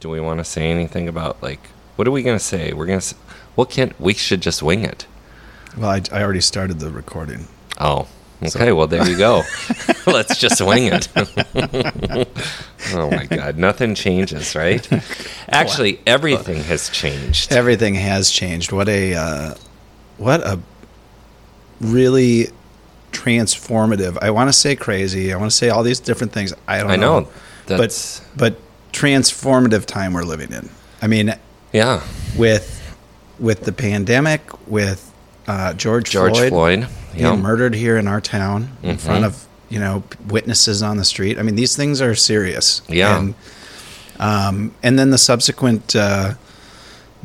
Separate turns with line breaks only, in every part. do we want to say anything about like what are we gonna say? We're gonna s- what can't we should just wing it.
Well, I, I already started the recording.
Oh, okay. Well, there you go. Let's just wing it. oh my God, nothing changes, right? Actually, everything has changed.
Everything has changed. What a uh, what a really transformative. I want to say crazy. I want to say all these different things. I don't.
I know. That's-
oh, But but transformative time we're living in. I mean,
Yeah,
with with the pandemic, with uh, George
George Floyd.
being
Yeah. Mm-hmm.
murdered here in our town in front of you know witnesses on the street. I mean, these things are serious.
Yeah.
And, um, and then the subsequent uh,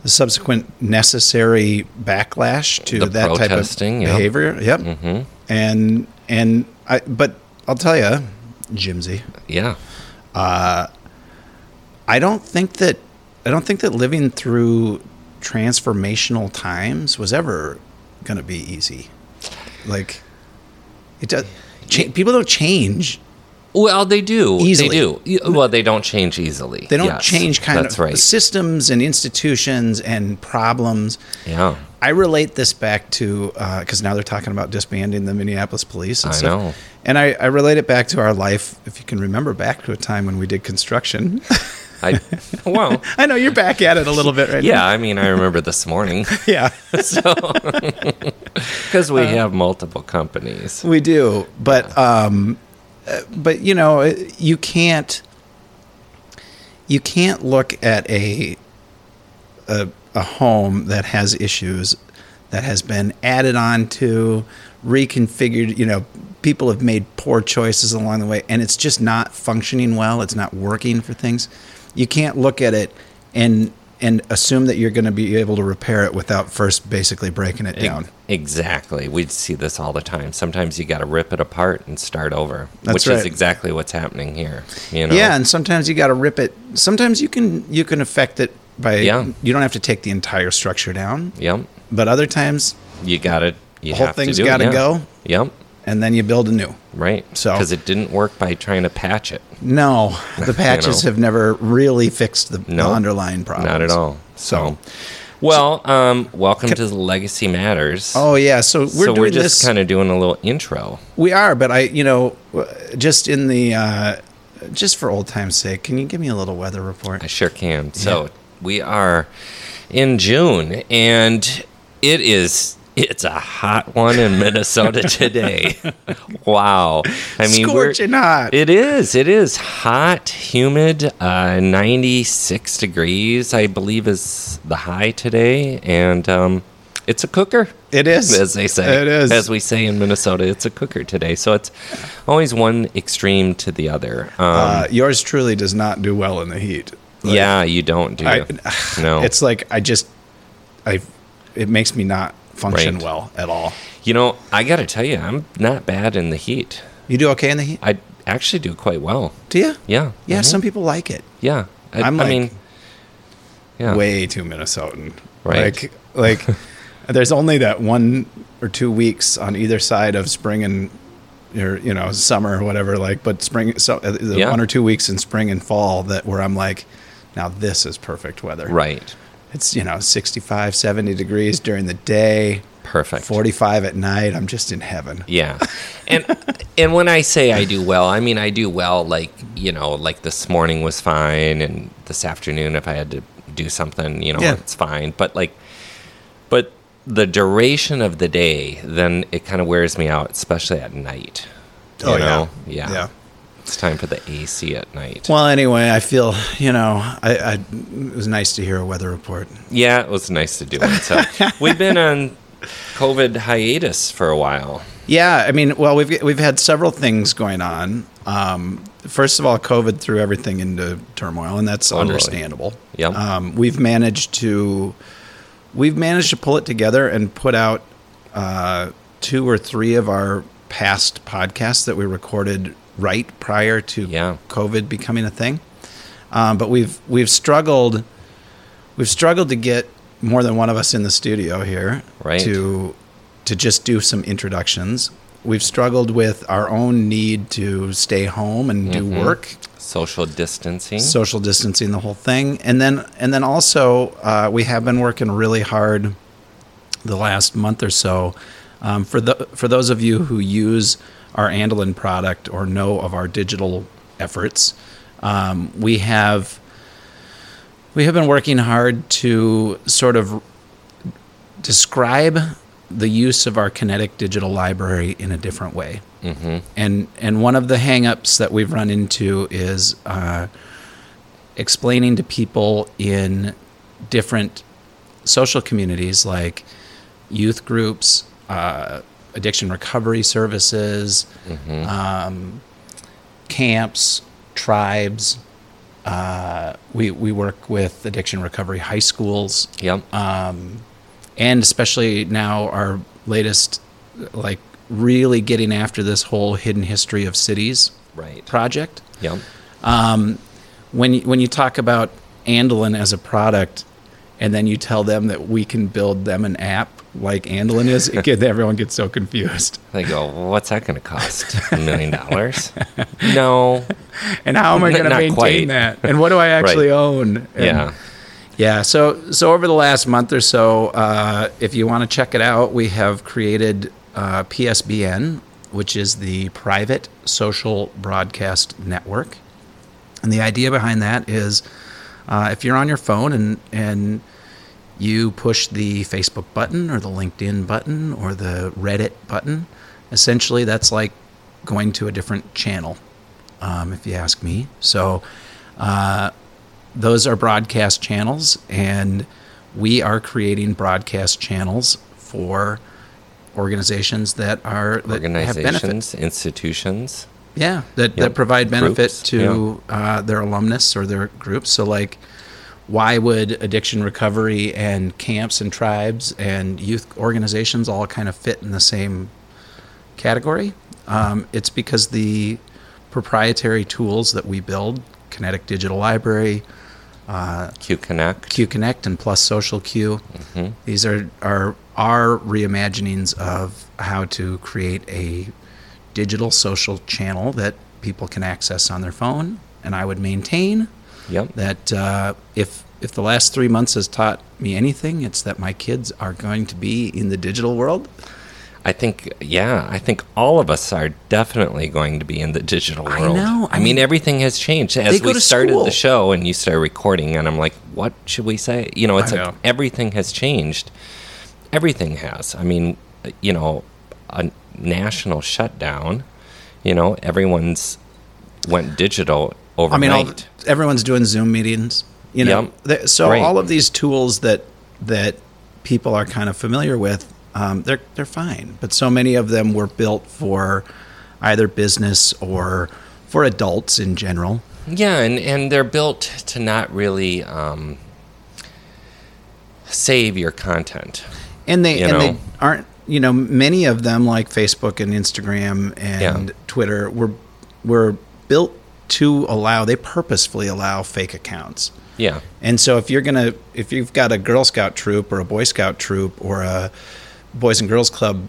the subsequent necessary backlash to
The
that type of
protesting, yeah.
behavior. Yep. Mm-hmm. And and I but I'll tell you, Jimsy,
yeah.
I don't think that I don't think that living through transformational times was ever going to be easy. Like it does. Cha- people don't change.
Well, they do.
Easily.
They do. Y- Well, they don't change easily.
They don't
Yes,
change kind
That's
of
right.
systems and institutions and problems.
Yeah,
I relate this back to because now they're talking about disbanding the Minneapolis police. And
I
stuff.
know.
and I, I relate it back to our life. If you can remember back to a time when we did construction,
I. Well,
I know you're back at it a little bit right
yeah. I mean, I remember this morning
now. Yeah,
so because
Uh,
we have multiple companies.
We do, but um, uh, but you know, it- you can't you can't look at a a, a home that has issues that has been added on to, reconfigured. You know, people have made poor choices along the way, and it's just not functioning well. It's not working for things. You can't look at it and and assume that you're going to be able to repair it without first basically breaking it down.
Exactly. We see this all the time. Sometimes you got to rip it apart and start over,
That's
which is
right.
exactly what's happening here. You know.
Yeah, and sometimes you got to rip it. Sometimes you can you can affect it by
Yeah.
you don't have to take the entire structure down,
Yep.
but other times
You got it. You
The whole
have
thing's
to do it,
gotta
yeah.
go.
Yep.
and then you build a new.
Right.
So-
because it didn't work by trying to patch it.
No, the patches
know.
have never really fixed the, the
No,
underlying problem.
Not at all.
So,
So, well, um, welcome to the Legacy Matters.
oh yeah, so we're
so
doing
we're just
this.
kind of doing a little intro.
we are, but I, you know, just in the uh, just for old time's sake, can you give me a little weather report?
I sure can. So we are in June, and it is it's a hot one in Minnesota today. wow, I mean, we're-
Scorching hot.
It is. It is hot, humid. Uh, Ninety six degrees, I believe, is the high today, and um, it's a cooker.
It is.
as they say.
It is.
as we say in Minnesota. It's a cooker today, so it's always one extreme to the other. Um,
uh, yours truly does not do well in the heat. Like,
yeah, you don't do.
I-
you? no,
It's like I just I it makes me not function
Right.
well at all.
you know. I got to tell you, I'm not bad in the heat.
You do okay in the heat?
I actually do quite well.
Do you?
Yeah,
Yeah,
mhm,
some people like it.
yeah. I,
I'm
I
like
mean, yeah,
Way too Minnesotan.
Right.
Like like there's only that one or two weeks on either side of spring and or you know summer or whatever like but spring so uh, the
Yeah.
one or two weeks in spring and fall that where I'm like now this is perfect weather.
right,
It's you know 65 70 degrees during the day.
perfect.
45 at night. I'm just in heaven.
Yeah. And and when I say I do well, I mean I do well like, you know, like this morning was fine and this afternoon if I had to do something, you know,
Yeah.
it's fine, but like but the duration of the day then it kind of wears me out, especially at night. You
Oh, yeah.
know? Yeah.
Yeah.
It's time for the AC at night.
Well, anyway, I feel you know. I, I it was nice to hear a weather report.
yeah, it was nice to do it. So we've been on COVID hiatus for a while.
Yeah, I mean, well, we've we've had several things going on. Um, first of all, COVID threw everything into turmoil, and that's
Totally.
understandable.
Yep.
Um, we've managed to we've managed to pull it together and put out uh, two or three of our past podcasts that we recorded right prior to
Yeah.
COVID becoming a thing. Um, but we've we've struggled we've struggled to get more than one of us in the studio here
Right.
to to just do some introductions we've struggled with our own need to stay home and do work,
Social distancing.
social distancing, the whole thing, and then and then also uh, we have been working really hard the last month or so. Um, for the for those of you who use our Andelin product or know of our digital efforts, um, we have we have been working hard to sort of describe the use of our kinetic digital library in a different way. Mm-hmm. And and one of the hangups that we've run into is uh, explaining to people in different social communities like youth groups, uh, addiction recovery services, um, camps, tribes. Uh, we we work with addiction recovery high schools
yep.
uh, and especially now our latest like really getting after this whole hidden history of cities
Right.
project
yep.
when you, when you talk about Andelin as a product and then you tell them that we can build them an app like Andelin is it get, everyone gets so confused
They go, well, what's that going to cost? A million dollars? No.
and how am I going to
Not
maintain
quite.
that and what do I actually own And-
Yeah.
Yeah, so so over the last month or so, uh, if you want to check it out, we have created uh, PSBN, which is the Private Social Broadcast Network, and the idea behind that is, uh, if you're on your phone and and you push the Facebook button or the LinkedIn button or the Reddit button, essentially that's like going to a different channel, um, if you ask me. So uh, those are broadcast channels, and we are creating broadcast channels for organizations that are that have benefits.
Organizations, institutions.
Yeah, that, that provide benefit
Groups,
to uh, their alumnus or their groups. So, like, why would addiction recovery and camps and tribes and youth organizations all kind of fit in the same category? Um, it's because the proprietary tools that we build, Kinetic Digital Library,
Q Connect.
Q Connect and Plus Social Q. These are, are our reimaginings of how to create a digital social channel that people can access on their phone. And I would maintain
Yep.
that uh, if if the last three months has taught me anything, it's that my kids are going to be in the digital world.
I think, yeah, I think all of us are definitely going to be in the digital world.
know, I
I mean,
mean,
everything has changed as
go
we
to
started
school.
the show and you started recording, and I'm like, what should we say? You know, it's
I
like
know.
everything has changed. Everything has. I mean, you know, a national shutdown, you know, everyone's went digital
I mean,
overnight.
all, everyone's doing Zoom meetings. You know,
Yep.
Th- so
Right.
all of these tools that that people are kind of familiar with, um, they're they're fine. But so many of them were built for either business or for adults in general.
Yeah, and, and they're built to not really um, save your content.
and they
You
and
know?
they aren't you know many of them like Facebook and Instagram and
Yeah.
Twitter were were built to allow they purposefully allow fake accounts.
Yeah.
And so if you're gonna if you've got a Girl Scout troop or a Boy Scout troop or a Boys and Girls Club,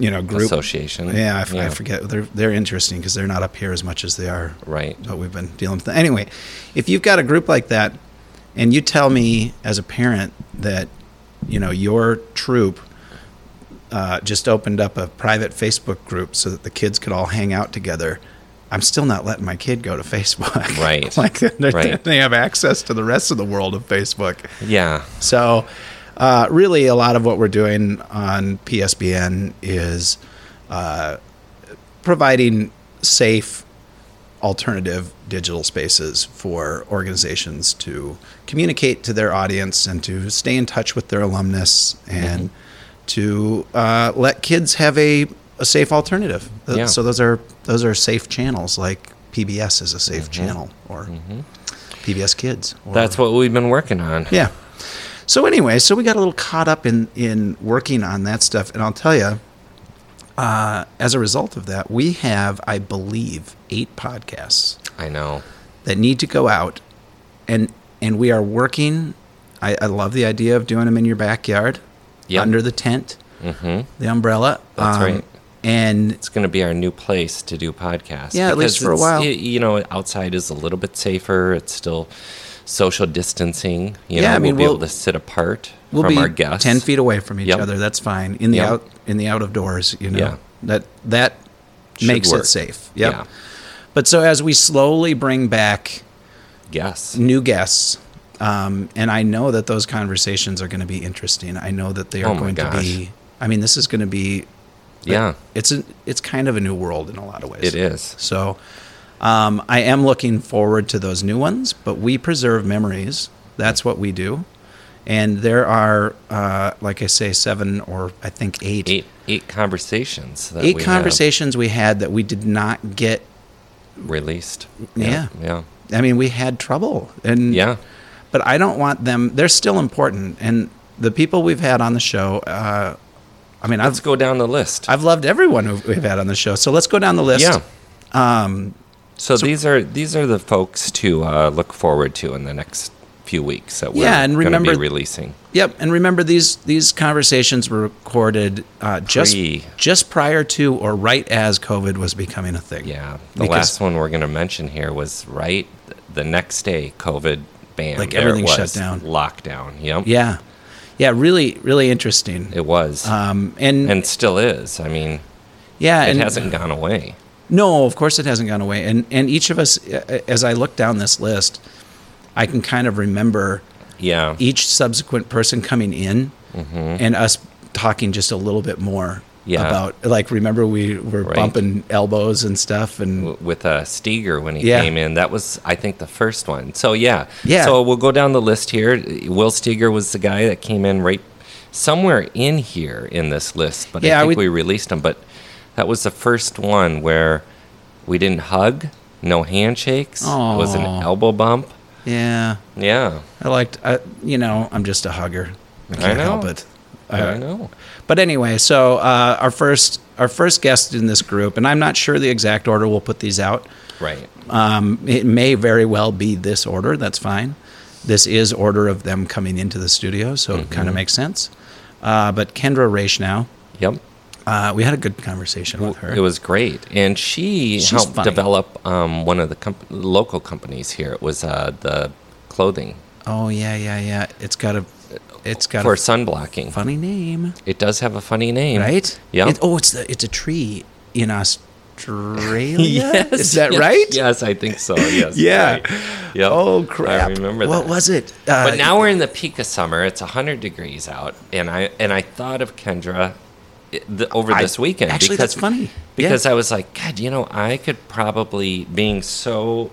you know group
Association.
yeah, I f- I forget they're they're interesting because they're not up here as much as they are
Right.
what we've been dealing with. Anyway, if you've got a group like that, and you tell me as a parent that you know your troop uh, just opened up a private Facebook group so that the kids could all hang out together. I'm still not letting my kid go to Facebook.
Right.
like they're-
Right.
they have access to the rest of the world of Facebook.
Yeah.
So, uh, really, a lot of what we're doing on PSBN is uh, providing safe alternative digital spaces for organizations to communicate to their audience and to stay in touch with their alumnus and
Mm-hmm.
to uh, let kids have a, a safe alternative. Th-
Yeah.
So those are those are safe channels like PBS is a safe channel or PBS Kids. Or,
Mm-hmm. That's what we've been working on.
yeah. So anyway, so we got a little caught up in in working on that stuff, and I'll tell you, uh, as a result of that, we have, I believe, eight podcasts
I know.
that need to go out, and and we are working. I, I love the idea of doing them in your backyard,
Yep. Mm-hmm.
under the tent, the umbrella. um,
That's right.
and
It's going to be our new place to do podcasts.
Yeah, at least
because
for a
it's-
while.
y- you know, outside is a little bit safer. It's still social distancing. You
Yeah,
know,
I
we'll,
mean,
be
we'll-
able to sit apart
we'll
from
be
our guests.
10 feet away from each
Yep.
other that's fine in the
Yep.
out in the out of doors you know
Yeah.
that that
Should
makes
work.
it safe yep.
Yeah.
but so as we slowly bring back
Yes.
new guests um, and i know that those conversations are going to be interesting i know that they are
Oh my
going to
gosh.
be i mean this is going to be
Yeah.
it's a, it's kind of a new world in a lot of ways
It is.
so um, i am looking forward to those new ones but we preserve memories that's what we do and there are uh, like i say seven or i think eight
Eight eight conversations. That
eight
we have
conversations we had that we did not get
released.
Yeah.
Yeah.
i mean we had trouble and
Yeah.
but I don't want them. They're still important, and the people we've had on the show. Uh, I mean,
Let's
I've
go down the list.
I've loved everyone who we've had on the show. So let's go down the list.
Yeah. Um, so, these are these are the folks to uh, look forward to in the next few weeks that we're
Yeah, and
going to be
remember-
releasing.
Yep. And remember these these conversations were recorded uh, just
Pre.
just prior to or right as COVID was becoming a thing.
Yeah, the
Because-
last one we're going to mention here was right th- the next day COVID banned.
Like, everything shut down.
Lockdown. Yep.
Yeah. Yeah. Really, really interesting.
It was
um, and,
and still is. I mean,
yeah,
it
and
hasn't gone away.
No, of course it hasn't gone away. And and each of us, uh, as I look down this list, I can kind of remember
Yeah.
each subsequent person coming in and us talking just a little bit more
Mm-hmm. Yeah.
about like remember we were
Right.
bumping elbows and stuff and
W- With uh, Steger when he
Yeah.
came in, that was I think the first one. So yeah,
Yeah.
So we'll go down the list here. Will Steger was the guy that came in right somewhere in here in this list, but
Yeah,
I
I
think
would-
we released him. But that was the first one where we didn't hug, no handshakes. It was an
Aw.
elbow bump.
yeah
Yeah,
i liked I, you know i'm just a hugger i can't
know.
help it Uh,
I know.
But anyway, so uh, our first our first guest in this group, and I'm not sure the exact order we'll put these out.
Right.
Um, it may very well be this order. That's fine. This is order of them coming into the studio, so it
Mm-hmm.
kind of makes sense. Uh, but Kendra Raish now,
Yep.
uh, we had a good conversation with her.
It was great, and she
She's
helped
funny.
develop um, one of the comp- local companies here. It was uh, the clothing
oh yeah, yeah, yeah. It's got a it's got
for
a
sunblocking.
funny name,
It does have a funny name,
right?
Yeah.
It- oh, it's the it's a tree in Australia. Is that
yes,
right?
Yes, I think so. Yes.
Yeah.
right. Yep.
Oh crap!
I remember
What
that.
was it? Uh,
But now we're in the peak of summer. It's 100 degrees out, and I and I thought of Kendra i- the, over
I-
this weekend
actually,
because
that's funny. Yeah.
because I was like, God, you know, I could probably being so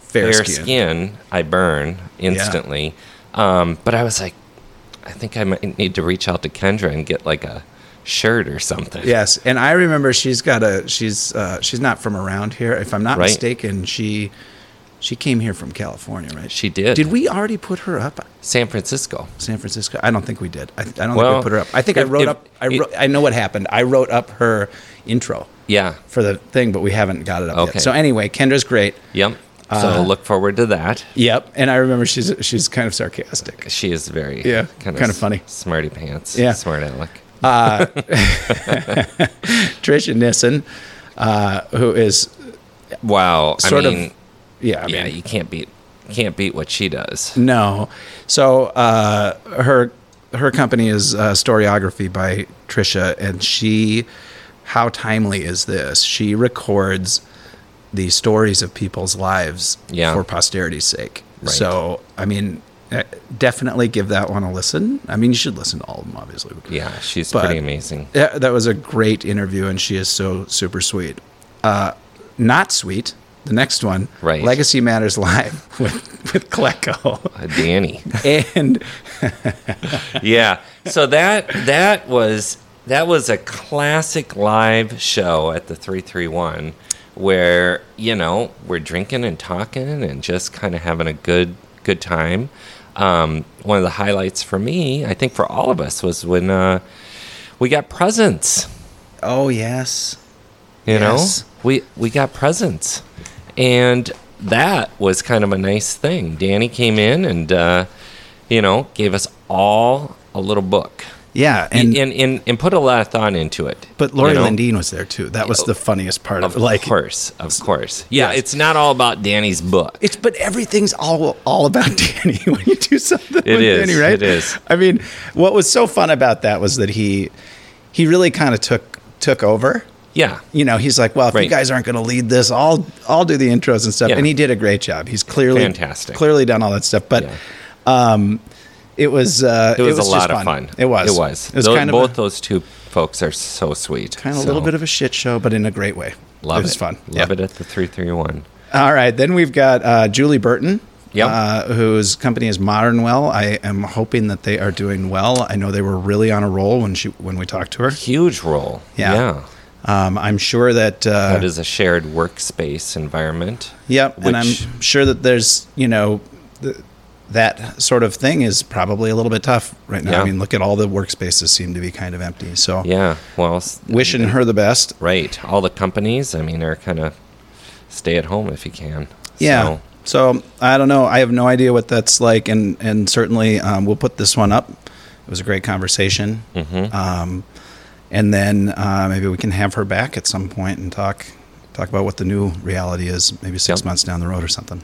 fair, skin. I burn instantly. Um, but I was like, I think I might need to reach out to Kendra and get like a shirt or something.
Yes, and I remember she's got a she's uh, she's not from around here. If I'm not
Right.
mistaken, she she came here from California, right?
She did.
Did we already put her up
San Francisco.
San Francisco? I don't think we did. I, I don't think
Well,
we put her up. I think I
if-
wrote
if-
up. I
it-
wrote, I know what happened. I wrote up her intro
Yeah.
for the thing, but we haven't got it up
Okay.
yet. So anyway, Kendra's great.
Yep. So
Uh,
look forward to that.
Yep, and I remember she's she's kind of sarcastic.
She is very
Yeah,
kind
kinda funny.
smarty pants.
Yeah.
smart aleck.
Trisha Nissen, uh, who is
Wow,
Sort
I
of-
mean,
yeah, I
yeah,
mean,
you can't beat can't beat what she does.
No. So uh, her her company is uh, Storyography by Trisha, and she how timely is this? She records the stories of people's lives
Yeah.
for posterity's sake.
Right.
So I mean, eh, definitely give that one a listen. I mean, you should listen to all of them, obviously.
Yeah, she's
But-
pretty amazing.
Yeah, that was a great interview, and she is so super sweet. Uh, not sweet. The next one,
Right.
Legacy Matters Live with with Klecko.
Uh, Danny.
and
yeah. So that that was that was a classic live show at the 331 where, you know, we're drinking and talking and just kind of having a good good time. Um, one of the highlights for me, I think for all of us was when uh, we got presents.
Oh yes.
You
Yes.
know, we we got presents, and that was kind of a nice thing. Danny came in and uh, you know gave us all a little book.
Yeah,
and
and-
and, and and put a lot of thought into it.
But Lori
you know?
Lindeen was there too. That was the funniest part
of
of, it. like
course, of course. Yeah,
Yes.
it's not all about Danny's book.
It's but everything's all all about Danny when you do something
It
with
is,
Danny, right?
it is.
I mean, what was so fun about that was that he he really kind of took took over.
Yeah.
You know, he's like, well, if
Right.
you guys aren't going to lead this, I'll I'll do the intros and stuff.
Yeah.
And he did a great job. He's clearly
Fantastic.
clearly done all that stuff. But
Yeah.
um, it was uh,
It was, a
just
lot of fun.
It was
It was.
It was
Tho-
kind of
both
a,
those two folks are so sweet.
kind of a little bit of a shit show, but in a great way.
love
it was fun.
Love
Yeah.
it at the three three one.
All right, then we've got uh, Julie Burton,
Yep.
uh, whose company is Modern Well. I am hoping that they are doing well. I know they were really on a roll when she when we talked to her.
Huge role.
Yeah.
yeah.
Um, I'm sure that uh,
That is a shared workspace environment.
yep, and I'm
which-
sure that there's you know th- that sort of thing is probably a little bit tough right now.
Yeah.
I mean, look at all the workspaces seem to be kind of empty. So
Yeah. Well, s-
wishing her the best.
right. All the companies, I mean, are kind of stay at home if you can.
Yeah.
So,
So, I don't know. I have no idea what that's like, and and certainly um, we'll put this one up. It was a great conversation,
Mm-hmm.
um, and then uh, maybe we can have her back at some point and talk talk about what the new reality is, maybe six
Yep.
months down the road or something.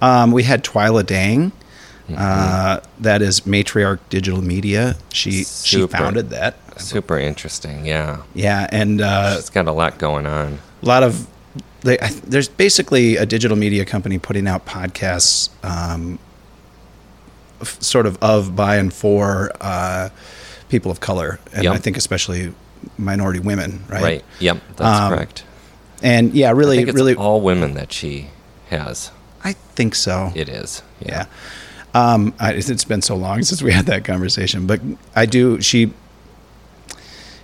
Um, we had Twyla Dang.
Mm-hmm.
Uh, that is Matriarch Digital Media. She she
Super.
founded that.
super interesting. Yeah.
Yeah, and uh,
It's got a lot going on.
a lot of they, I, th- there's basically a digital media company putting out podcasts um, f- sort of of by and for uh, people of color and
Yep.
i think especially minority women right,
Right. Yep. That's
Um,
correct.
and yeah
I
really
think it's
really
all women that she has.
i think so
It is.
yeah. Um, I, it's been so long since we had that conversation, but I do. She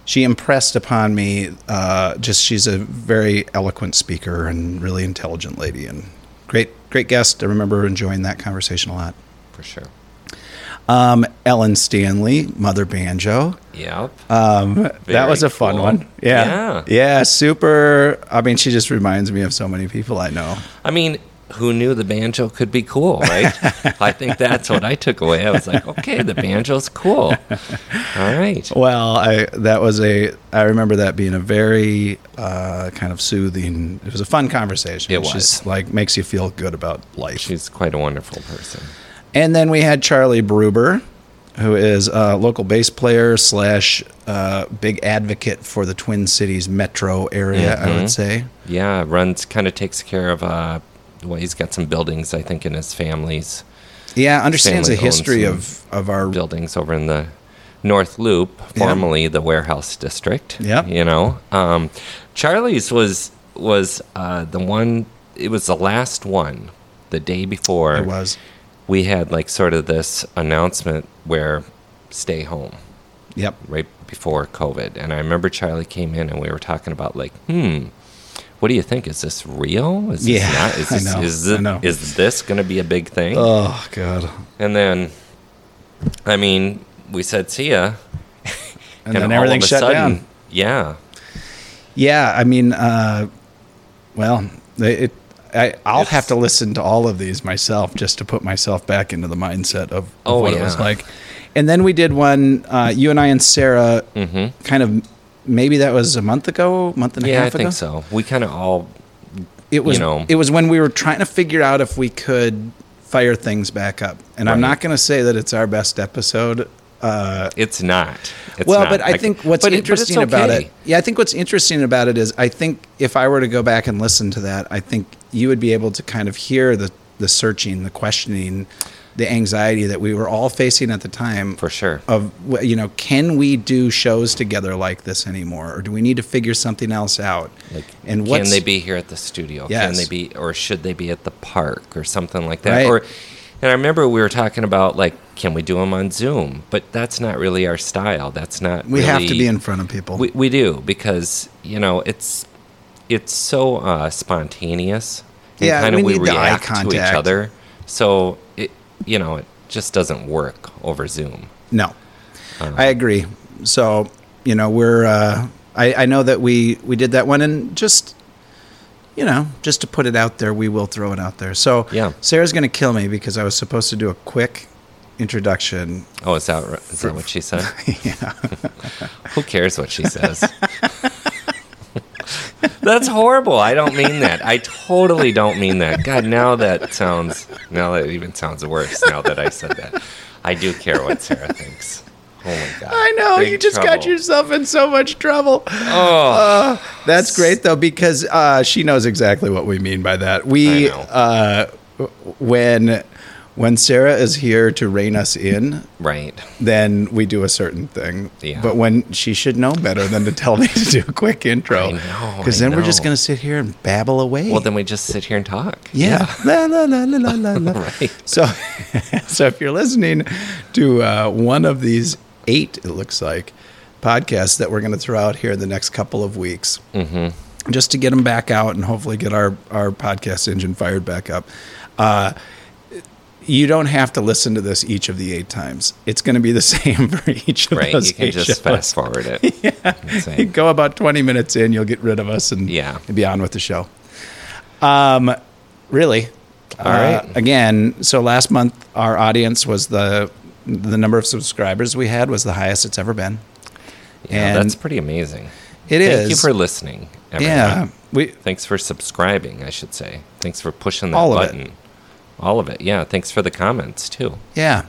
she impressed upon me. Uh, just she's a very eloquent speaker and really intelligent lady, and great great guest. I remember enjoying that conversation a lot.
For sure.
Um, Ellen Stanley, Mother Banjo.
Yep.
Um, that
Very
was a fun
cool.
one.
Yeah.
Yeah. Yeah. Super. I mean, she just reminds me of so many people I know.
I mean, who knew the banjo could be cool, right? I think that's what I took away. I was like, okay, the banjo's cool. All right.
Well, I that was a I remember that being a very uh, kind of soothing. It was a fun conversation.
It
It's
was.
just, like makes you feel good about life.
She's quite a wonderful person.
and then we had Charlie Bruber, who is a local bass player slash uh, big advocate for the Twin Cities metro area.
Mm-hmm.
I would say.
Yeah, runs kind of takes care of. Uh, well, he's got some buildings, I think, in his family's
Yeah, understands the
Family owns
history
some
of of our.
buildings over in the North Loop, formerly the Warehouse District.
Yep.
you know, um, Charlie's was was uh, the one. It was the last one. The day before
It was.
we had like sort of this announcement where stay home
Yep.
right before COVID. And I remember Charlie came in and we were talking about like, hmm, what do you think? Is this real? Is this
Yeah,
not? Is
I
this,
know,
Is
I know.
this, is this going to be a big thing?
Oh God.
and then, I mean, we said, see ya.
And, then everything shut down.
Yeah.
Yeah, I mean, uh, well, they- it. I, I'll have to listen to all of these myself just to put myself back into the mindset of, of
Oh,
what it
yeah.
was like. And then we did one. Uh, you and I and Sarah, kind of. Maybe that was a month ago, month and a
Mm-hmm. Yeah,
half
I
ago.
think so. We kind of all,
It was.
you know.
It was when we were trying to figure out if we could fire things back up. And I'm
Right.
not going to say that it's our best episode. Uh,
it's not. It's
well,
not.
but I
c-
think what's
but it- but it's
interesting about
okay.
it, yeah, I think what's interesting about it is I think if I were to go back and listen to that, I think you would be able to kind of hear the the searching, the questioning, the anxiety that we were all facing at the time.
For sure.
Of wh- you know, can we do shows together like this anymore, or do we need to figure something else out?
Like,
and
can they be here at the studio? Can
Yes.
they be, or should they be at the park or something like that?
Right.
Or, and I remember we were talking about like, can we do them on Zoom? But that's not really our style. That's not.
We have to
really-
be in front of people.
We, we do because you know it's it's so uh, spontaneous. and
Yeah,
kind
we
of we
need the eye
react to each
contact.
other. So it you know it just doesn't work over Zoom.
No,
Uh-huh.
I agree. So you know, we're uh, I, I know that we we did that one, and just you know, just to put it out there, we will throw it out there. So
Yeah.
Sarah's going to kill me because I was supposed to do a quick introduction.
Oh, is that ri- is that what she said? Who cares what she says? That's horrible. I don't mean that. I totally don't mean that. God, now that sounds now that even sounds worse now that I said that. I do care what Sarah thinks. Oh my god.
I know
Big
you just got
trouble.
yourself in so much trouble.
Oh,
Uh, That's great though because uh, she knows exactly what we mean by that. We
I know.
uh, when when Sarah is here to rein us in,
right.
then we do a certain thing.
Yeah.
But when she should know better than to tell me to do a quick intro,
I know,
because
I
then we're just
know.
gonna sit here and babble away.
Well, then we just sit here and talk.
yeah. La, la, la, la, la, la, la.
Right.
So, so if you're listening to uh, one of these eight, it looks like podcasts that we're going to throw out here in the next couple of weeks,
Mm-hmm.
just to get them back out and hopefully get our our podcast engine fired back up. Uh, you don't have to listen to this each of the eight times. It's going to be the same for each of
Right.
those
You can
eight
just
shows.
fast forward it. yeah.
You go about 20 minutes in, you'll get rid of us and
Yeah.
be on with the show. Um, really. All right.
right.
Again, so last month our audience was the the number of subscribers we had was the highest it's ever been.
Yeah,
and
that's pretty amazing.
It
Thank
is.
you for listening. Everyone.
yeah, we
Thanks for subscribing, I should say. Thanks for pushing that
All of it.
button. All of it. Yeah. Thanks for the comments too.
yeah,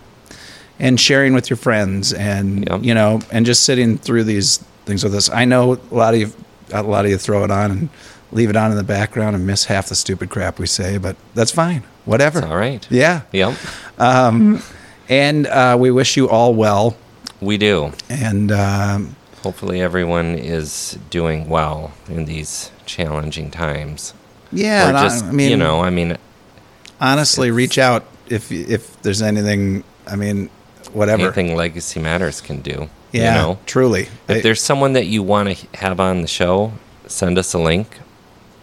and sharing with your friends and
Yep.
you know and just sitting through these things with us. I know a lot of you a lot of you throw it on and leave it on in the background and miss half the stupid crap we say, but that's fine. Whatever.
All right.
Yeah.
Yep.
And uh, we wish you all well.
We do.
And um,
Hopefully, everyone is doing well in these challenging times.
yeah,
or
and I-
just,
I, mean,
you know, I mean,
honestly, reach out if if there's anything. I mean, whatever.
anything Legacy Matters can do.
yeah,
You know,
truly.
if there's someone that you want to have on the show, send us a link.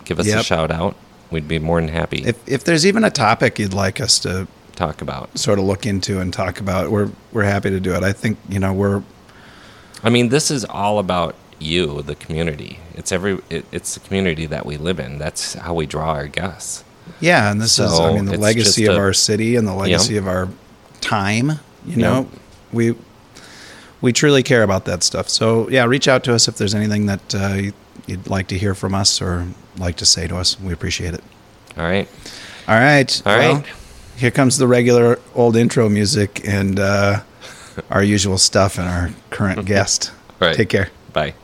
Give us a
Yep.
shout out. We'd be more than happy
if if there's even a topic you'd like us to
to talk about.
sort of look into and talk about, we're we're happy to do it. I think you know we're
I mean, this is all about you, the community. It's every. It, it's the community that we live in. That's how we draw our guests.
yeah, and this is I
So,
mean the
it's
legacy
just
of
a-
our city and the legacy of our time. You know, we we truly care about that stuff. So yeah, reach out to us if there's anything that uh, you- you'd like to hear from us or like to say to us. We appreciate it.
All right.
All right.
All
well,
right.
Here comes the regular old intro music and uh, our usual stuff and our current guest.
Right.
Take care.
Bye.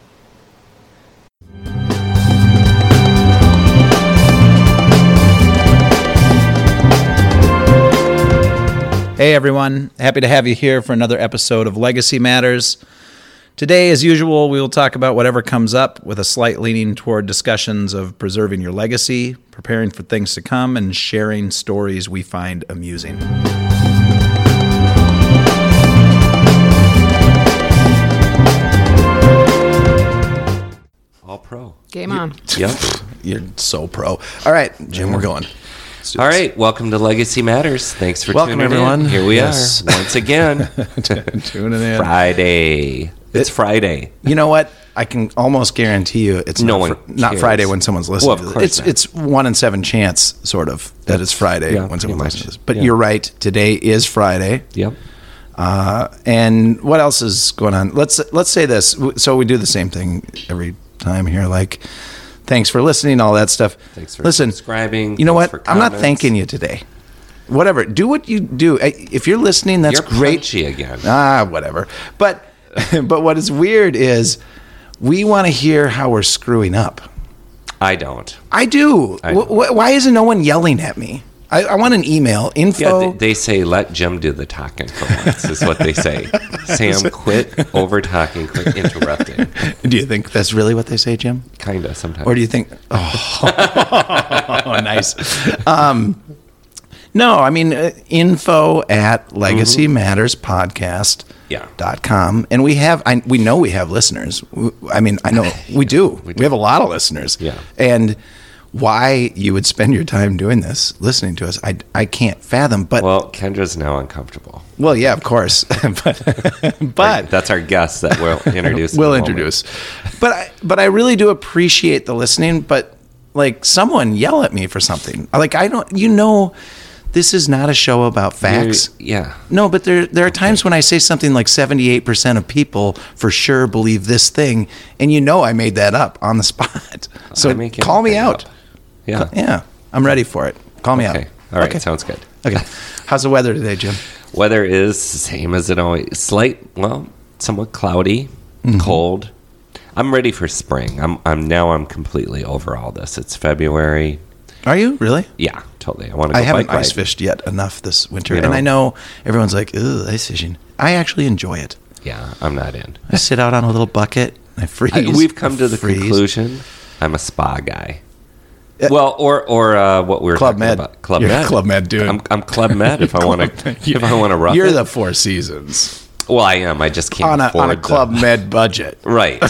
Hey, everyone. Happy to have you here for another episode of Legacy Matters. Today, as usual, we will talk about whatever comes up with a slight leaning toward discussions of preserving your legacy, preparing for things to come, and sharing stories we find amusing.
All pro.
Game on.
Yep.
You're so pro. All right, Jim, we're going.
All right, welcome to Legacy Matters. Thanks for
Welcome,
tuning in.
everyone.
Here we
Yes.
are once again.
Tuning in.
Friday. It's Friday.
You know what? I can almost guarantee you it's
No
not,
one
fr- not
cares.
Friday when someone's listening.
Well, of
to
course
this.
not.
It's it's one in seven chance sort of that it's Friday
yeah,
when
pretty
someone
much.
listens to this. But
Yeah.
you're right. Today is Friday.
Yep.
Uh, and what else is going on? Let's let's say this. W- So we do the same thing every time here. Like, thanks for listening, all that stuff.
Thanks for
Listen,
subscribing,
You know
thanks
what?
for
I'm not
comments.
thanking you today. Whatever. Do what you do. I- If you're listening, that's
You're
great.
punchy again.
Ah, whatever. But but what is weird is we want to hear how we're screwing up.
I don't.
I do. Wh- wh- why isn't no one yelling at me? I, I want an email
Yeah,
info.
they, they say let Jim do the talking for once, is what they say. Sam, quit over talking, quit interrupting.
do you think that's really what they say, Jim?
Kind of sometimes.
Or do you think? Oh, nice. Um, no, I mean uh, info at legacy matters podcast.
Yeah.
Dot com. And we have, I, we know we have listeners. W- I mean, I know we do. we, have a lot of listeners.
Yeah.
And why you would spend your time doing this, listening to us, I, I can't fathom. But, well,
well, Kendra's now uncomfortable.
yeah, of course. but,
Right,
but
That's our guest that we'll introduce. in
we'll
a moment.
introduce. But I, but I really do appreciate the listening. But like someone yell at me for something. Like I don't, you know,
This is not a show about facts.
yeah.
No, but there there are times when I say something like 78% of people for sure believe this thing, and you know I made that up on the spot. So
I make
call me
anything
out.
up. Yeah.
Yeah, I'm ready for it. Call me
Okay.
out.
All right.
Okay.
Sounds good.
okay. How's the weather today, Jim?
Weather is the same as it always. Slight, well, somewhat cloudy,
Mm-hmm.
cold. I'm ready for spring. I'm. I'm now. I'm completely over all this. It's February.
Are you really?
Yeah, totally. I want to. Go
I haven't
bike
ice
ride.
fished yet enough this winter,
You
and
know.
I know everyone's like, "Ugh, ice fishing." I actually enjoy it.
Yeah, I'm not in.
I sit out on a little bucket. and I freeze.
I, we've come to
I
the
freeze.
conclusion. I'm a spa guy.
Uh,
well, or or uh, what we were
Club
talking
Med.
about. Club
You're a
Med.
Club Med dude.
I'm, I'm Club Med. If I want to, if I want to rough
You're
it.
the Four Seasons
well, I am. I just can't
on a
afford
on a
the-
Club Med budget
right.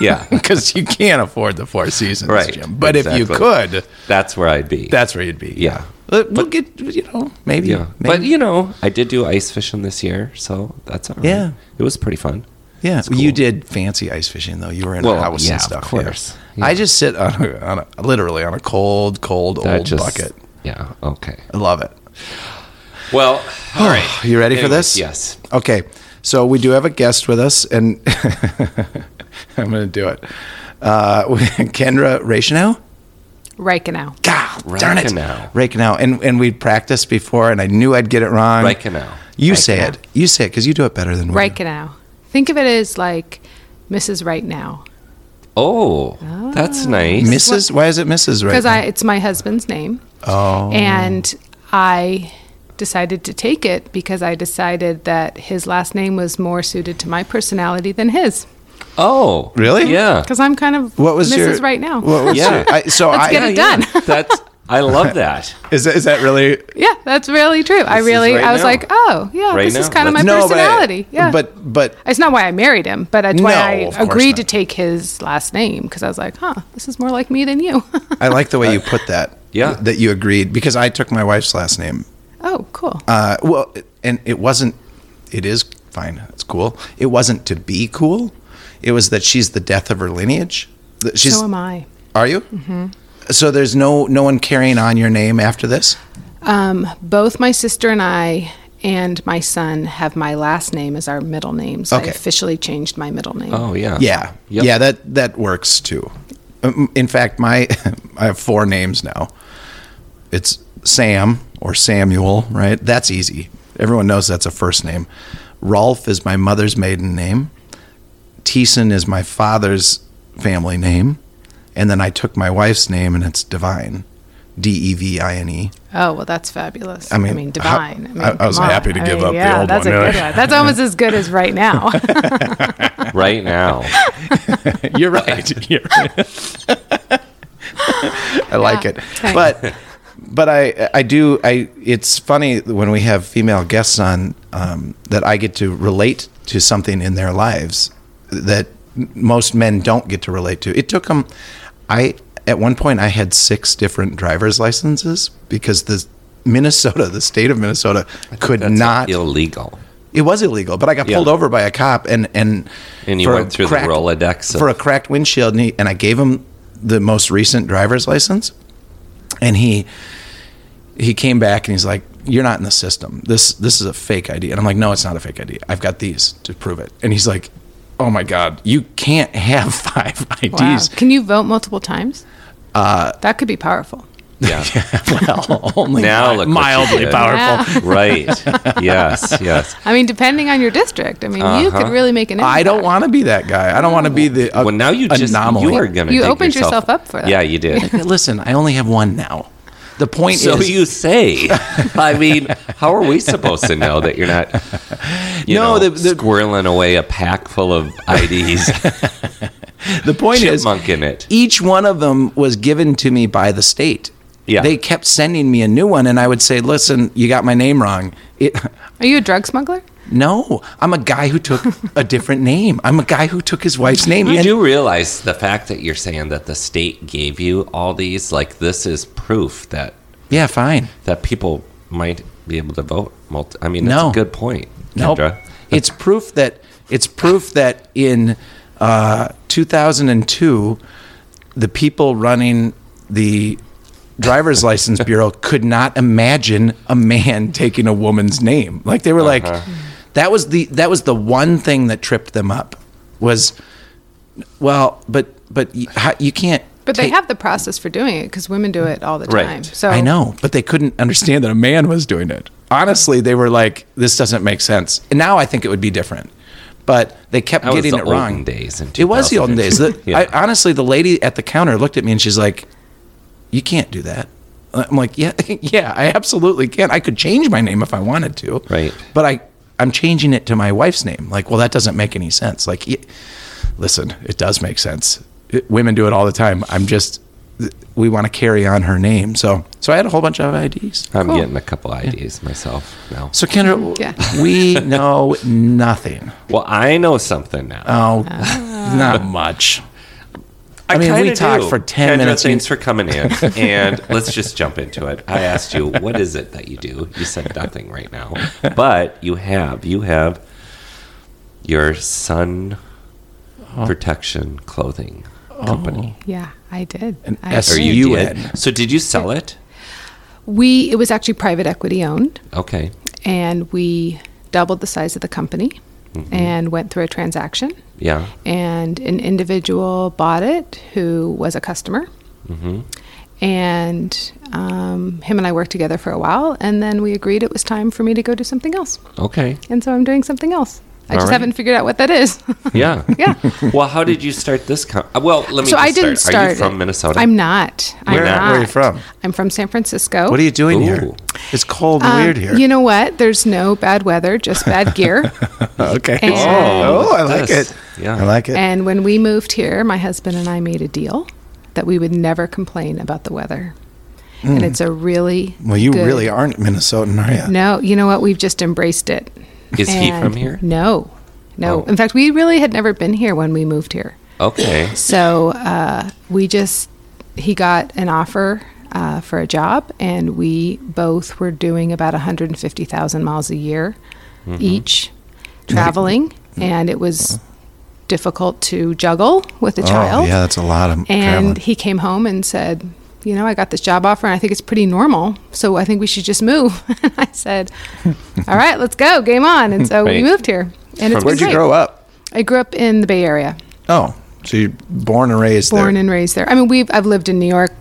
Yeah,
because you can't afford the Four Seasons,
Right,
Jim. But if you
exactly.
could,
that's where I'd be.
that's where you'd be.
yeah,
But we'll get you know maybe.
yeah. But
maybe.
you know, I did do ice fishing this year, so that's all right.
Yeah.
it was pretty fun.
Yeah,
cool.
you did fancy ice fishing though. You were in a
Well,
house
yeah,
and
of
stuff.
course. Yeah.
I just sit on, a, on a, literally on a cold, cold
That
old
just-
bucket.
Yeah. Okay.
I love it.
Well, all right.
You ready for
Anyway,
this?
Yes.
Okay. So we do have a guest with us, and I'm going to do it. Uh, Kendra Rachenow.
Reichenau.
God darn it.
Reichenau.
Reichenau. And, and we practiced before, and I knew I'd get it wrong.
Reichenau.
You say it. You say it because you do it better than we do.
Reichenau. Think of it as like Mrs. Right Now.
Oh, that's nice.
Mrs. Why is it Mrs.
Because I
Reichenau?
it's my husband's name.
oh.
And I decided to take it because I decided that his last name was more suited to my personality than his.
Oh,
Really?
Yeah.
Because I'm kind of
What was
Mrs.
your
Right Now.
What was
Yeah.
your- I, so
Let's
I
get it done.
That's. I love that.
is that, is that really
Yeah, that's really true. I
is
really,
right
I was
now.
like, oh, yeah,
Right
this is
now.
kind of my
That's-
No, but I-
personality. yeah.
But but
It's not why I married him, but that's
No,
why
of
I
course
agreed to
not.
take his last name because I was like, huh, this is more like me than you.
I like the way you put that.
Yeah.
That you agreed because I took my wife's last name.
oh, cool.
Uh, well, and it wasn't, it is fine. It's cool. It wasn't to be cool. It was that she's the death of her lineage. That She's,
so am I.
Are you? Mm-hmm. So there's no, no one carrying on your name after this?
Um, both my sister and I and my son have my last name as our middle names.
Okay.
I officially changed my middle name.
Oh yeah.
Yeah.
Yep.
Yeah. That, that works too. Um, In fact, my, I have four names now. It's Sam or Samuel, right? That's easy. Everyone knows that's a first name. Rolf is my mother's maiden name. Teeson is my father's family name. And then I took my wife's name and it's Divine. D E V I N E.
Oh, well, that's fabulous.
I
I
mean,
mean,
how-
divine.
I-
mean,
I was
come on.
happy to give up the
yeah,
old
that's
one,
a
really.
good one. That's almost as good as right now.
Right now.
You're right. You're right. I like it,
thanks.
but but I I do I. It's funny when we have female guests on um, that I get to relate to something in their lives that m- most men don't get to relate to. It took them. I at one point I had six different driver's licenses because the Minnesota, the state of Minnesota, could
That's
not.
illegal.
It was illegal, but I got
Yeah.
pulled over by a cop, and and
And you
for a
went through the Rolodex of-
for a cracked windshield, and, he, and I gave him the most recent driver's license, and he he came back and he's like, "You're not in the system. This this is a fake ID." And I'm like, "No, it's not a fake ID. I've got these to prove it." And he's like, "Oh my god, you can't have five IDs."
wow. Can you vote multiple times? Uh, that could be powerful.
Yeah.
well, only
Now look what you
mildly
did.
powerful.
Right. Yes. Yes.
I mean, depending on your district, I mean, you could really make an impact.
Uh-huh. I don't want to be that guy. I don't want to be the uh,
Well, now you just
anomaly.
you are gonna.
You
dig
opened yourself up for that.
Yeah, you did.
Listen, I only have one now. The point
So
is,
you say. I mean, how are we supposed to know that you're not, you know,
No, the- the-
squirreling away a pack full of IDs,
the point is,
chipmunk in it?
each one of them was given to me by the state.
Yeah.
They kept sending me a new one, and I would say, "Listen, you got my name wrong." It,
Are you a drug smuggler?
no, I'm a guy who took a different name. I'm a guy who took his wife's name.
You
and-
do realize the fact that you're saying that the state gave you all these, like this is proof that
Yeah, fine.
that people might be able to vote. Multi- I mean, that's
No.
a good point,
Nope.
Kendra.
it's proof that it's proof that in uh, 2002, the people running the driver's license bureau could not imagine a man taking a woman's name. Like they were like, that was the that was the one thing that tripped them up was, well, but but y- how, you can't.
But they
take-
have the process for doing it because women do it all the
Right.
time. So
I know, but they couldn't understand that a man was doing it. Honestly, they were like, this doesn't make sense. And now I think it would be different. But they kept
That was
getting
the
it wrong.
olden days in
it was the olden days. The-
2002. Yeah.
I, honestly, the lady at the counter looked at me and she's like, you can't do that. I'm like, yeah, yeah, I absolutely can. I could change my name if I wanted to.
Right.
But I, I'm changing it to my wife's name. Like, well, that doesn't make any sense. Like, y- listen, it does make sense. It- women do it all the time. I'm just, th- we want to carry on her name. So, so I had a whole bunch of IDs.
I'm
Cool.
getting a couple ideas myself now.
So Kendra,
Yeah.
we know nothing.
Well, I know something now.
Oh,
Uh,
not much. I mean, we
kinda
talked
do.
for 10
Kendra,
minutes.
Thanks for coming in, and let's just jump into it. I asked you, what is it that you do? You said nothing right now, but you have you have your sun
Oh.
protection clothing company.
yeah, I did.
An
I
S-
Or
did.
you
UN.
did. So did you sell it?
We it was actually private equity owned,
Okay.
and we doubled the size of the company,
Mm-hmm.
and went through a transaction,
Yeah.
and an individual bought it who was a customer,
Mm-hmm.
and um, him and I worked together for a while, and then we agreed it was time for me to go do something else,
Okay.
and so I'm doing something else. I
All
just
right.
haven't figured out what that is.
Yeah.
yeah.
Well, how did you start this? Com- uh, well, let me. just
So I didn't start.
Are you from
it.
Minnesota?
I'm not. I'm
Where-
not.
where are you from?
I'm from San Francisco.
What are you doing here?
Ooh.
It's cold and
Um,
weird here.
You know what? There's no bad weather, just bad gear.
okay.
And-
Oh, I like
this.
it.
Yeah.
I like it.
and when we moved here, my husband and I made a deal that we would never complain about the weather. And it's a really
Hmm. well, you
good-
really aren't Minnesotan, are you?
No, you know what? We've just embraced it.
Is he
And
from here?
No. No.
Oh.
In fact, we really had never been here when we moved here.
Okay.
So uh, we just, he got an offer uh, for a job, and we both were doing about 150,000 miles a year
Mm-hmm.
each traveling, and it was difficult to juggle with a
Oh,
child.
yeah, that's a lot of
And
traveling.
he came home and said, You know, I got this job offer and I think it's pretty normal. So I think we should just move. and I said, All right, let's go. Game on. And so
Right.
we moved here. And
Where'd
it's been
Where'd you
great.
grow up?
I grew up in the Bay Area,
Oh, so you're born and raised
born
there. Mm-hmm.
and raised there. I mean, we've I've lived in New York,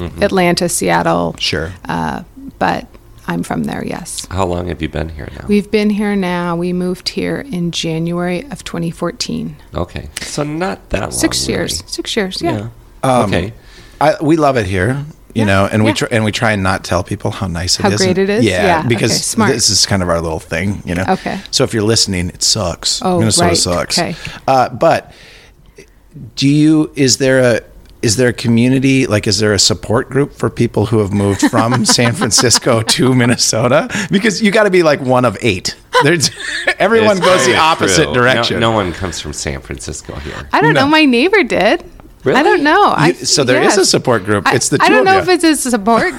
Atlanta, Seattle,
sure.
uh, but I'm from there, yes.
How long have you been here now?
We've been here now. We moved here in January of 2014.
okay. So not that long.
Six
really.
years. Six years, yeah.
Um,
okay.
I, we love it here, you
Yeah,
know, and we
yeah.
try, and we try and not tell people how nice it
How
is
great
and-
it is?
Yeah,
Yeah,
because
okay, smart.
this is kind of our little thing, you know.
Okay.
So if you're listening, it sucks.
Oh,
Minnesota
right,
sucks.
okay.
Uh, but do you? Is there a? Is there a community like? Is there a support group for people who have moved from San Francisco to Minnesota? Because you got to be like one of eight. There's everyone
It's
goes the
kinda
opposite
true.
direction.
No, no one comes from San Francisco here.
I don't
No.
know. My neighbor did.
Really?
I don't know. I,
You- so there is a support group.
I-
It's the
I
two
don't
of
know
you.
if it's a support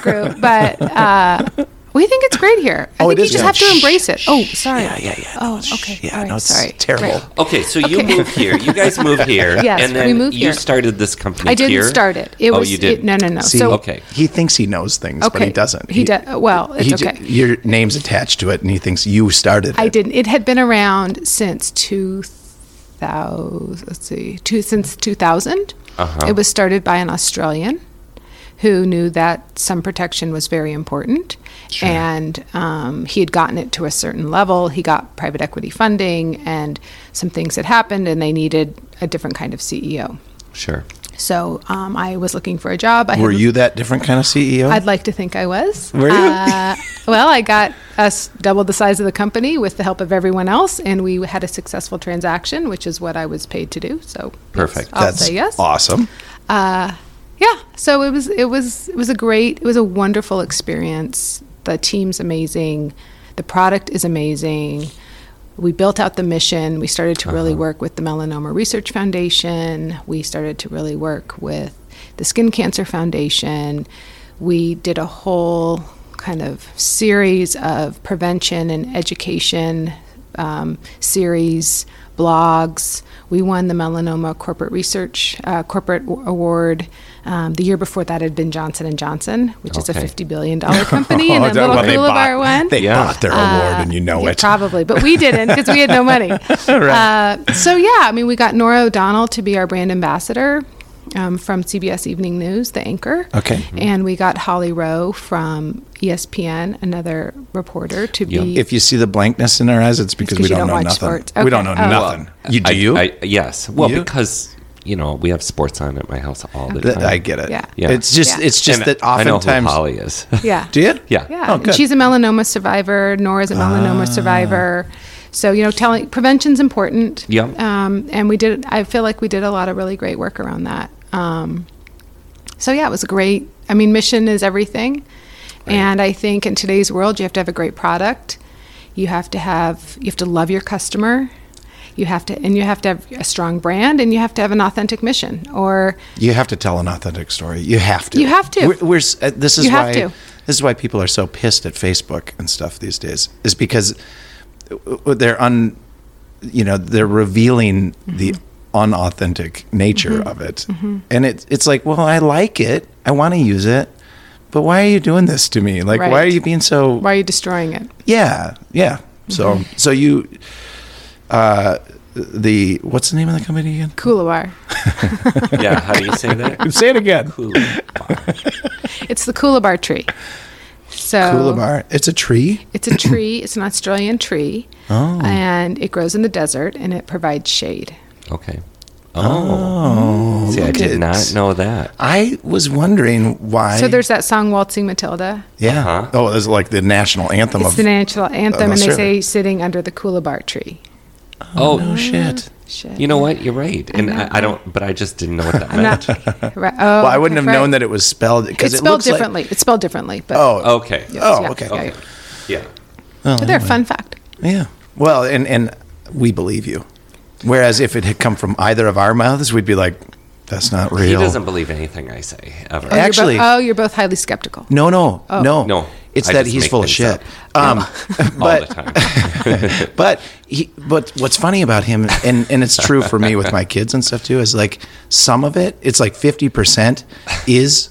group, but uh, we think it's great here. I
Oh, it
think you
is
just
good.
have to
Shh,
embrace it. Oh, sorry.
Yeah, yeah, yeah.
Oh,
No, shh.
okay.
Yeah,
All right,
no, it's
sorry.
terrible.
Right.
Okay, so you
Okay.
moved here. You guys moved here.
Yes,
and then
we moved
you
here.
started this company
I didn't
here?
start it. It
oh,
was
you
it-
did.
no, no, no.
See,
so
Okay.
He thinks he knows things, but he
Okay.
doesn't.
He do- well, it's
ju-
okay.
your name's attached to it, and he thinks you started.
I
it.
didn't. It had been around since 2000. Let's see, two, since 2000.
Uh-huh.
It was started by an Australian who knew that sun protection was very important. And um, he had gotten it to a certain level. He got private equity funding, and some things had happened, and they needed a different kind of CEO.
Sure.
So um, I was looking for a job. I had
Were you that different kind of E CEO?
I'd like to think I was.
Were you?
Uh, well, I got us double the size of the company with the help of everyone else, and we had a successful transaction, which is what I was paid to do. So yes,
Perfect.
I'll
That's
say yes.
awesome.
Yeah. So it was. It was. It was a great. It was a wonderful experience. The team's amazing. The product is amazing. We built out the mission. We started to really work with the Melanoma Research Foundation. We started to really work with the Skin Cancer Foundation. We did a whole kind of series of prevention and education um, series, blogs. We won the melanoma corporate research uh, corporate w- award. Um, the year before that had been Johnson and Johnson, which is a
Okay.
fifty billion dollar company, and
Oh,
then
that-
Little
well, they
Coolabah
bought-
won.
They
Yeah.
bought their award, and you know
Yeah,
it.
Probably, but we didn't because we had no money. uh, so yeah, I mean, we got Nora O'Donnell to be our brand ambassador um, from CBS Evening News, the anchor. Mm-hmm.
Okay.
And we got Holly Rowe from E ESPN, another reporter, to be.
if you see the blankness in our eyes, it's because we
'cause you
don't,
don't
know
watch
nothing.
sports.
We don't know
Okay. Oh.
nothing. you
I-
do? you?
I, yes. Well,
You?
because you know we have sports on at my house all the
Th-
time.
I get it.
Yeah.
Yeah.
It's just
Yeah.
it's just
And
that oftentimes.
I know who Holly is.
yeah.
Do you?
yeah.
Yeah,
Oh,
and
good. Ah.
she's a melanoma survivor. Nora's a melanoma survivor. So you know, telling prevention's important.
Yeah.
Um, and we did. I feel like we did a lot of really great work around that. Um, so yeah, it was great. I mean, mission is everything, and I think in today's world, you have to have a great product. You have to have. You have to love your customer. You have to, and you have to have a strong brand, and you have to have an authentic mission, or
You have to tell an authentic story. You have to.
You have to.
We're, we're s- uh, this is
You have
why
to.
this is why people are so pissed at Facebook and stuff these days is because w- w- they're un you know, they're revealing
Mm-hmm.
the unauthentic nature of it. And it it's like, well, I like it. I want to use it. But why are you doing this to me? Like why
Right. Mm-hmm.
are you being so
why are you destroying it?
Yeah. Yeah. So so you uh the what's the name of the company again?
Couloir.
Yeah. How do you say that?
Say it again.
It's the Coolabar tree. So
Coolabar. It's a tree.
It's a tree. It's an Australian tree,
Oh.
and it grows in the desert, and it provides shade.
Okay. Oh. See, I
look
did
at-
not know that.
I was wondering why.
So there's that song "Waltzing Matilda."
yeah.
Uh-huh.
Oh, it's like the national anthem
It's
of
the national anthem, and they
Australia.
say "sitting under the coolabah tree."
Oh,
no shit.
Shit.
You know what? You're right. And I, I don't. But I just didn't know what that
I'm not.
meant.
right. Oh,
Well, I wouldn't have known that it was spelled because
It's
it
spelled
looks like-
differently. it's spelled differently, but
oh,
Okay.
yes,
oh, okay. Oh,
yeah.
Yeah.
So they're a fun fact. Oh,
yeah. Well, and and we believe you. Whereas if it had come from either of our mouths, we'd be like, "That's not real."
He doesn't believe anything I say ever.
You're both-
Actually-
oh, you're both highly skeptical.
no, no,
Oh.
no,
No,
It's
I
that
just
he's
make
full of
things
shit. Um,
all the
but
time.
but he but what's funny about him and and it's true for me with my kids and stuff too is like some of it it's like 50% is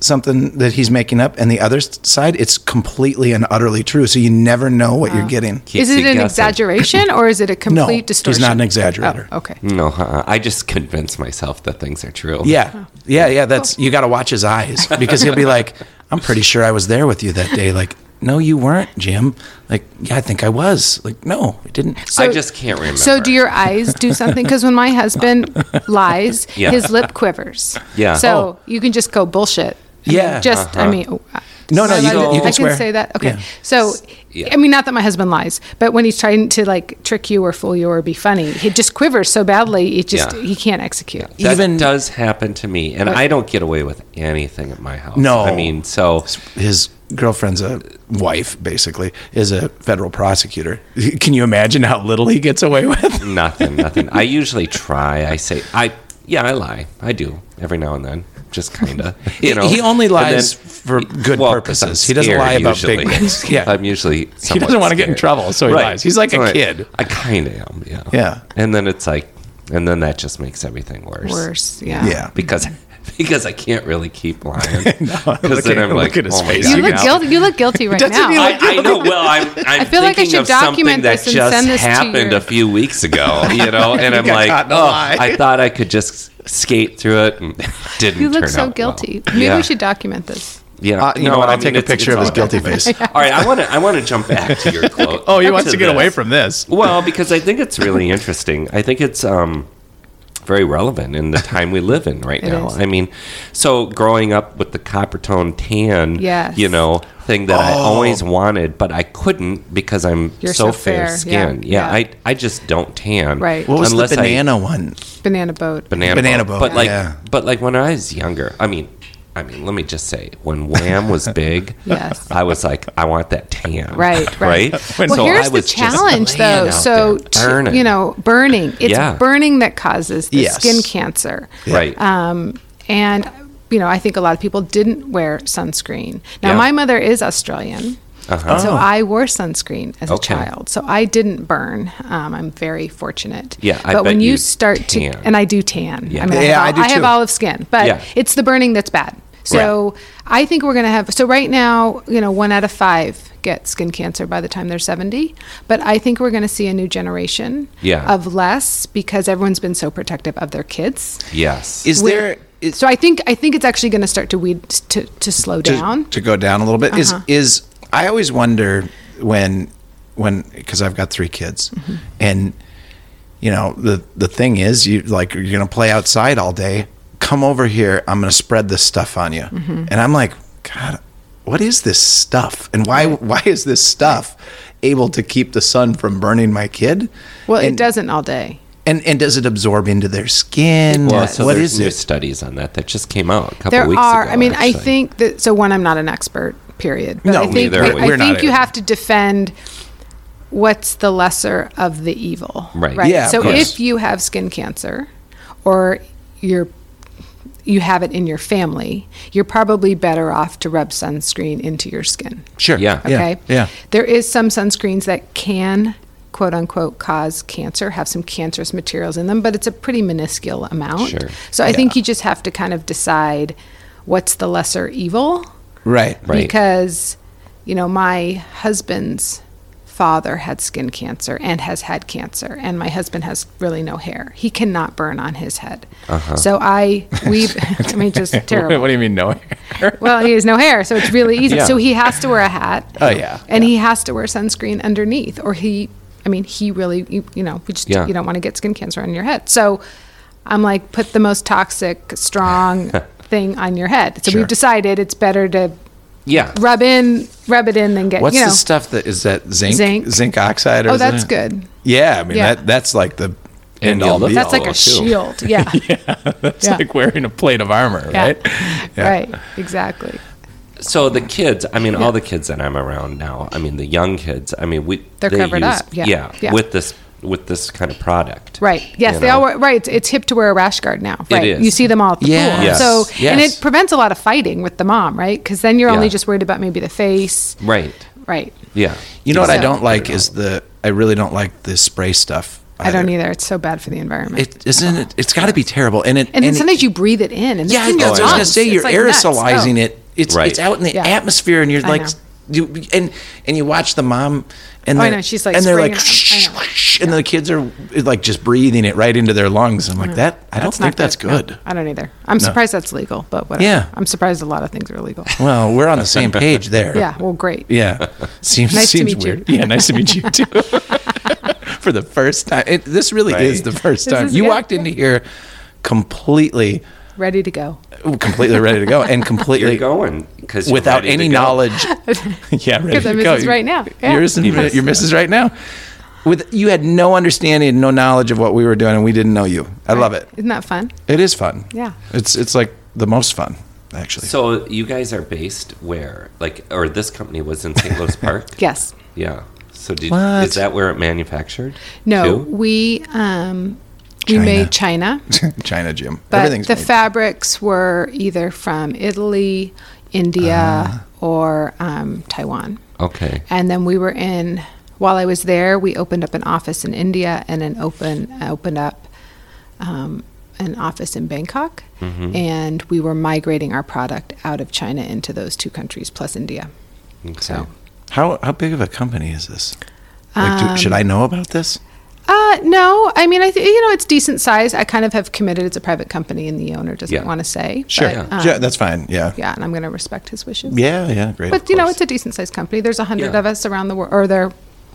something that he's making up and the other s- side it's completely and utterly true so you never know what you're getting
Keep
is it an
guessing.
exaggeration or is it a
no
complete distortion?
he's not an
Oh,
exaggerator
okay.
No, uh-uh. I just convince myself that things are true.
yeah yeah yeah that's you got to watch his eyes because he'll be like i'm pretty sure i was there with you that day like no you weren't jim like yeah i think i was like no i didn't
So-
I just can't remember.
So do your eyes do something? Because when my husband lies,
Yeah.
his lip quivers.
Yeah. Oh.
So you can just go bullshit. I mean,
Yeah.
just I
Uh-huh.
mean. oh, I-
No, no,
am
you
I
can-
allowed to-
you can
I
swear.
can say that. Okay.
Yeah.
So,
Yeah.
I mean, not that my husband lies, but when he's trying to like trick you or fool you or be funny, he just quivers so badly. It just
Yeah.
he can't execute.
that
even-
even does happen to me, and I don't get away with anything at my house.
No.
I mean, so
his girlfriend's a wife basically is a federal prosecutor can you imagine how little he gets away with
nothing, nothing. I usually try. I say, I yeah, I lie. I do every now and then, just kinda. You know,
he only
And then-
lies for good
'cause I'm
purposes he doesn't
scared
lie about
usually.
big things yeah
I'm usually.
he doesn't want to get in trouble so he lies he's like a kid
I kind of am. Yeah.
Yeah.
And then it's like, and then that just makes everything worse.
Worse. Yeah.
Yeah.
Because. Because I can't really keep lying. Because
look
then
at-
I'm like,
look at his
oh my
face.
God,
You look
now-
guilty. You look guilty right
Doesn't
now.
he
I, I know. Well, I'm. I'm
feel like I
thinking
should
of something
document
that
this and
just
send this to
happened
your-
a few weeks ago, you know, and I'm
got
like,
caught in a
oh,
lie."
I thought I could just skate through it and it didn't.
you look
turn out
so
well.
guilty. Maybe
yeah.
we should document this.
Yeah,
Uh, you know what?
I
I'll
mean,
take a
it's-
picture
it's
of his
all
guilty
bad.
face.
All right, I want to. I want to jump back to your quote.
Oh, he wants to get away
this.
from this.
Well, because I think it's really interesting. I think it's um, very relevant in the time we live in right
It
now.
is.
I mean, so growing up with the copper tone tan,
Yes.
you know, thing that I
Oh.
always wanted, but I couldn't because I'm
You're
so,
so
fair
fair.
skinned. Yeah,
Yeah, yeah.
I I just don't tan.
Right.
What was the
I-
banana one?
Banana boat.
banana,
Banana boat,
But like,
yeah.
but like when I was younger, I mean. I mean, let me just say, when Wham was big,
Yes.
I was like, I want that tan,
Right,
right.
right.
When
well, here's the challenge, though. So, t- you know, burning. It's
Yeah.
burning that causes the
Yes.
skin cancer.
right?
Um, and, you know, I think a lot of people didn't wear sunscreen.
Yeah.
Now,
Uh-huh.
my mother is Australian. And So I wore sunscreen as
Okay.
a child, so I didn't burn. Um, I'm very fortunate.
Yeah, I
but
bet
when you,
you
start
tan.
to, and I do tan.
Yeah.
I mean, I,
Yeah, I
have,
do
I have
too.
olive skin, but
Yeah.
it's the burning that's bad. So I think we're gonna have. So right now, you know, one out of five get skin cancer by the time they're 70. But I think we're gonna see a new generation
Yeah.
of less because everyone's been so protective of their kids.
Yes.
Is there is,
So I think I think it's actually going to start to weed to, to slow
to,
down. Uh-huh.
to go down a little bit is is I always wonder when when because I've got three kids
Mm-hmm.
and you know the the thing is you like you're gonna play outside all day come over here I'm gonna spread this stuff on you
Mm-hmm.
and I'm like God what is this stuff and why why is this stuff able to keep the sun from burning my kid
well, it
and,
doesn't all day.
and and does it absorb into their skin
Well, so
what
there's
is
new
it
studies on that that just came out a couple
There
weeks
are.
ago.
I mean, I
actually.
think that. So one, I'm not an expert. Period. But
No,
I think
neither
I,
are we.
I
We're not
think you
either.
have to defend what's the lesser of the evil.
Right.
Yeah, of
so
course.
if you have skin cancer, or you're you have it in your family, you're probably better off to rub sunscreen into your skin.
sure
Yeah.
Okay.
yeah.
There is some sunscreens that can quote unquote cause cancer, have some cancerous materials in them, but it's a pretty minuscule amount.
Sure.
So I think you just have to kind of decide what's the lesser evil
right
Right.
because you know my husband's father had skin cancer and has had cancer and my husband has really no hair he cannot burn on his head
Uh-huh.
so i we i mean just terrible
do you mean no?
well, he has no hair, so it's really easy. So he has to wear a hat.
Oh, yeah.
And he has to wear sunscreen underneath, or he, I mean, he really, you, you know, we just
Yeah.
you don't want to get skin cancer on your head. So I'm like, put the most toxic, strong thing on your head. So we've decided it's better to
Yeah.
rub in, rub it in, than get
What's
you know.
the stuff that is that zinc
Zinc.
oxide? Or
oh,
is it-
that's good.
Yeah, I mean
Yeah.
that that's like the
And
end all
you'll
be
That's
all.
like a
too.
shield. Yeah. yeah.
It's
Yeah.
like wearing a plate of armor, right?
Right. Exactly.
So the kids, I mean, all the kids that I'm around now, I mean, the young kids, I mean, we
They're
they
covered
use-
up, yeah, yeah.
with this with this kind of product,
Right. Yes,
you
they
know?
all wear, right. It's, it's hip to wear a rash guard now.
It
Right.
is.
You see them all at the
Yeah.
pool.
Yes.
So and
Yes.
it prevents a lot of fighting with the mom, right? Because then you're only
Yeah.
just worried about maybe the face.
Right.
Right.
Yeah.
You know what I
So-
don't like is the I really don't like the spray stuff.
I don't either. It's so bad for the environment.
It isn't it. It's got to be terrible. And it
and then
it-
sometimes you breathe it in, and
yeah.
it's in your
that's what I was gonna
lungs.
say you're
It's like nuts.
aerosolizing
Oh.
it. It's
Right.
it's out in the
Yeah.
atmosphere, and you're
I
like
know.
you and and you watch the mom and
Oh, I
they're-
know, she's, like,
and they're
spraying
like
it on-
"Shh,
I know.
shh," and the kids are like just breathing it right into their lungs. I'm like that. I don't
Mm. not
think that's
No,
good.
I don't either. I'm surprised that's legal, but whatever.
Yeah.
I'm surprised a lot of things are illegal.
Well, we're on the same page there.
yeah. Well, great.
Yeah. Seems
Nice to
seems
meet you.
weird. Yeah, nice to meet you too. For the first time. It, this really is the first time.
is
You
good.
walked into here completely
Ready to go.
completely ready to go and completely
You're going because
without any knowledge. yeah, ready
Because I'm
to go.
Mrs. Right Now. Yeah.
You're, Mrs. you're Mrs. right now. With you had no understanding and no knowledge of what we were doing and we didn't know you. I love it.
Isn't that fun?
It is fun.
Yeah.
It's it's like the most fun, actually.
So you guys are based where, like, or this company was in St. Louis Park.
Yes.
Yeah. So did,
What?
is that where it manufactured?
No.
too?
We um, we
China.
made China.
China Jim.
but
Everything's
the
made-
fabrics were either from Italy,
Uh-huh.
India, or um, Taiwan.
Okay.
And then we were in. While I was there, we opened up an office in India and an open opened up um, an office in Bangkok.
Mm-hmm.
And we were migrating our product out of China into those two countries plus India.
okay.
So.
How how big of a company is this? Like, do, should I
Um,
know about this?
Uh, no, I mean, I th- you know, it's decent size. I kind of have committed it's a private company, and the owner doesn't
Yeah.
want to say.
Sure,
but, um,
yeah, that's fine. Yeah,
yeah, and I'm going to respect his wishes.
yeah, yeah great.
but you know it's a decent sized company there's a hundred
Yeah.
of us around the world or there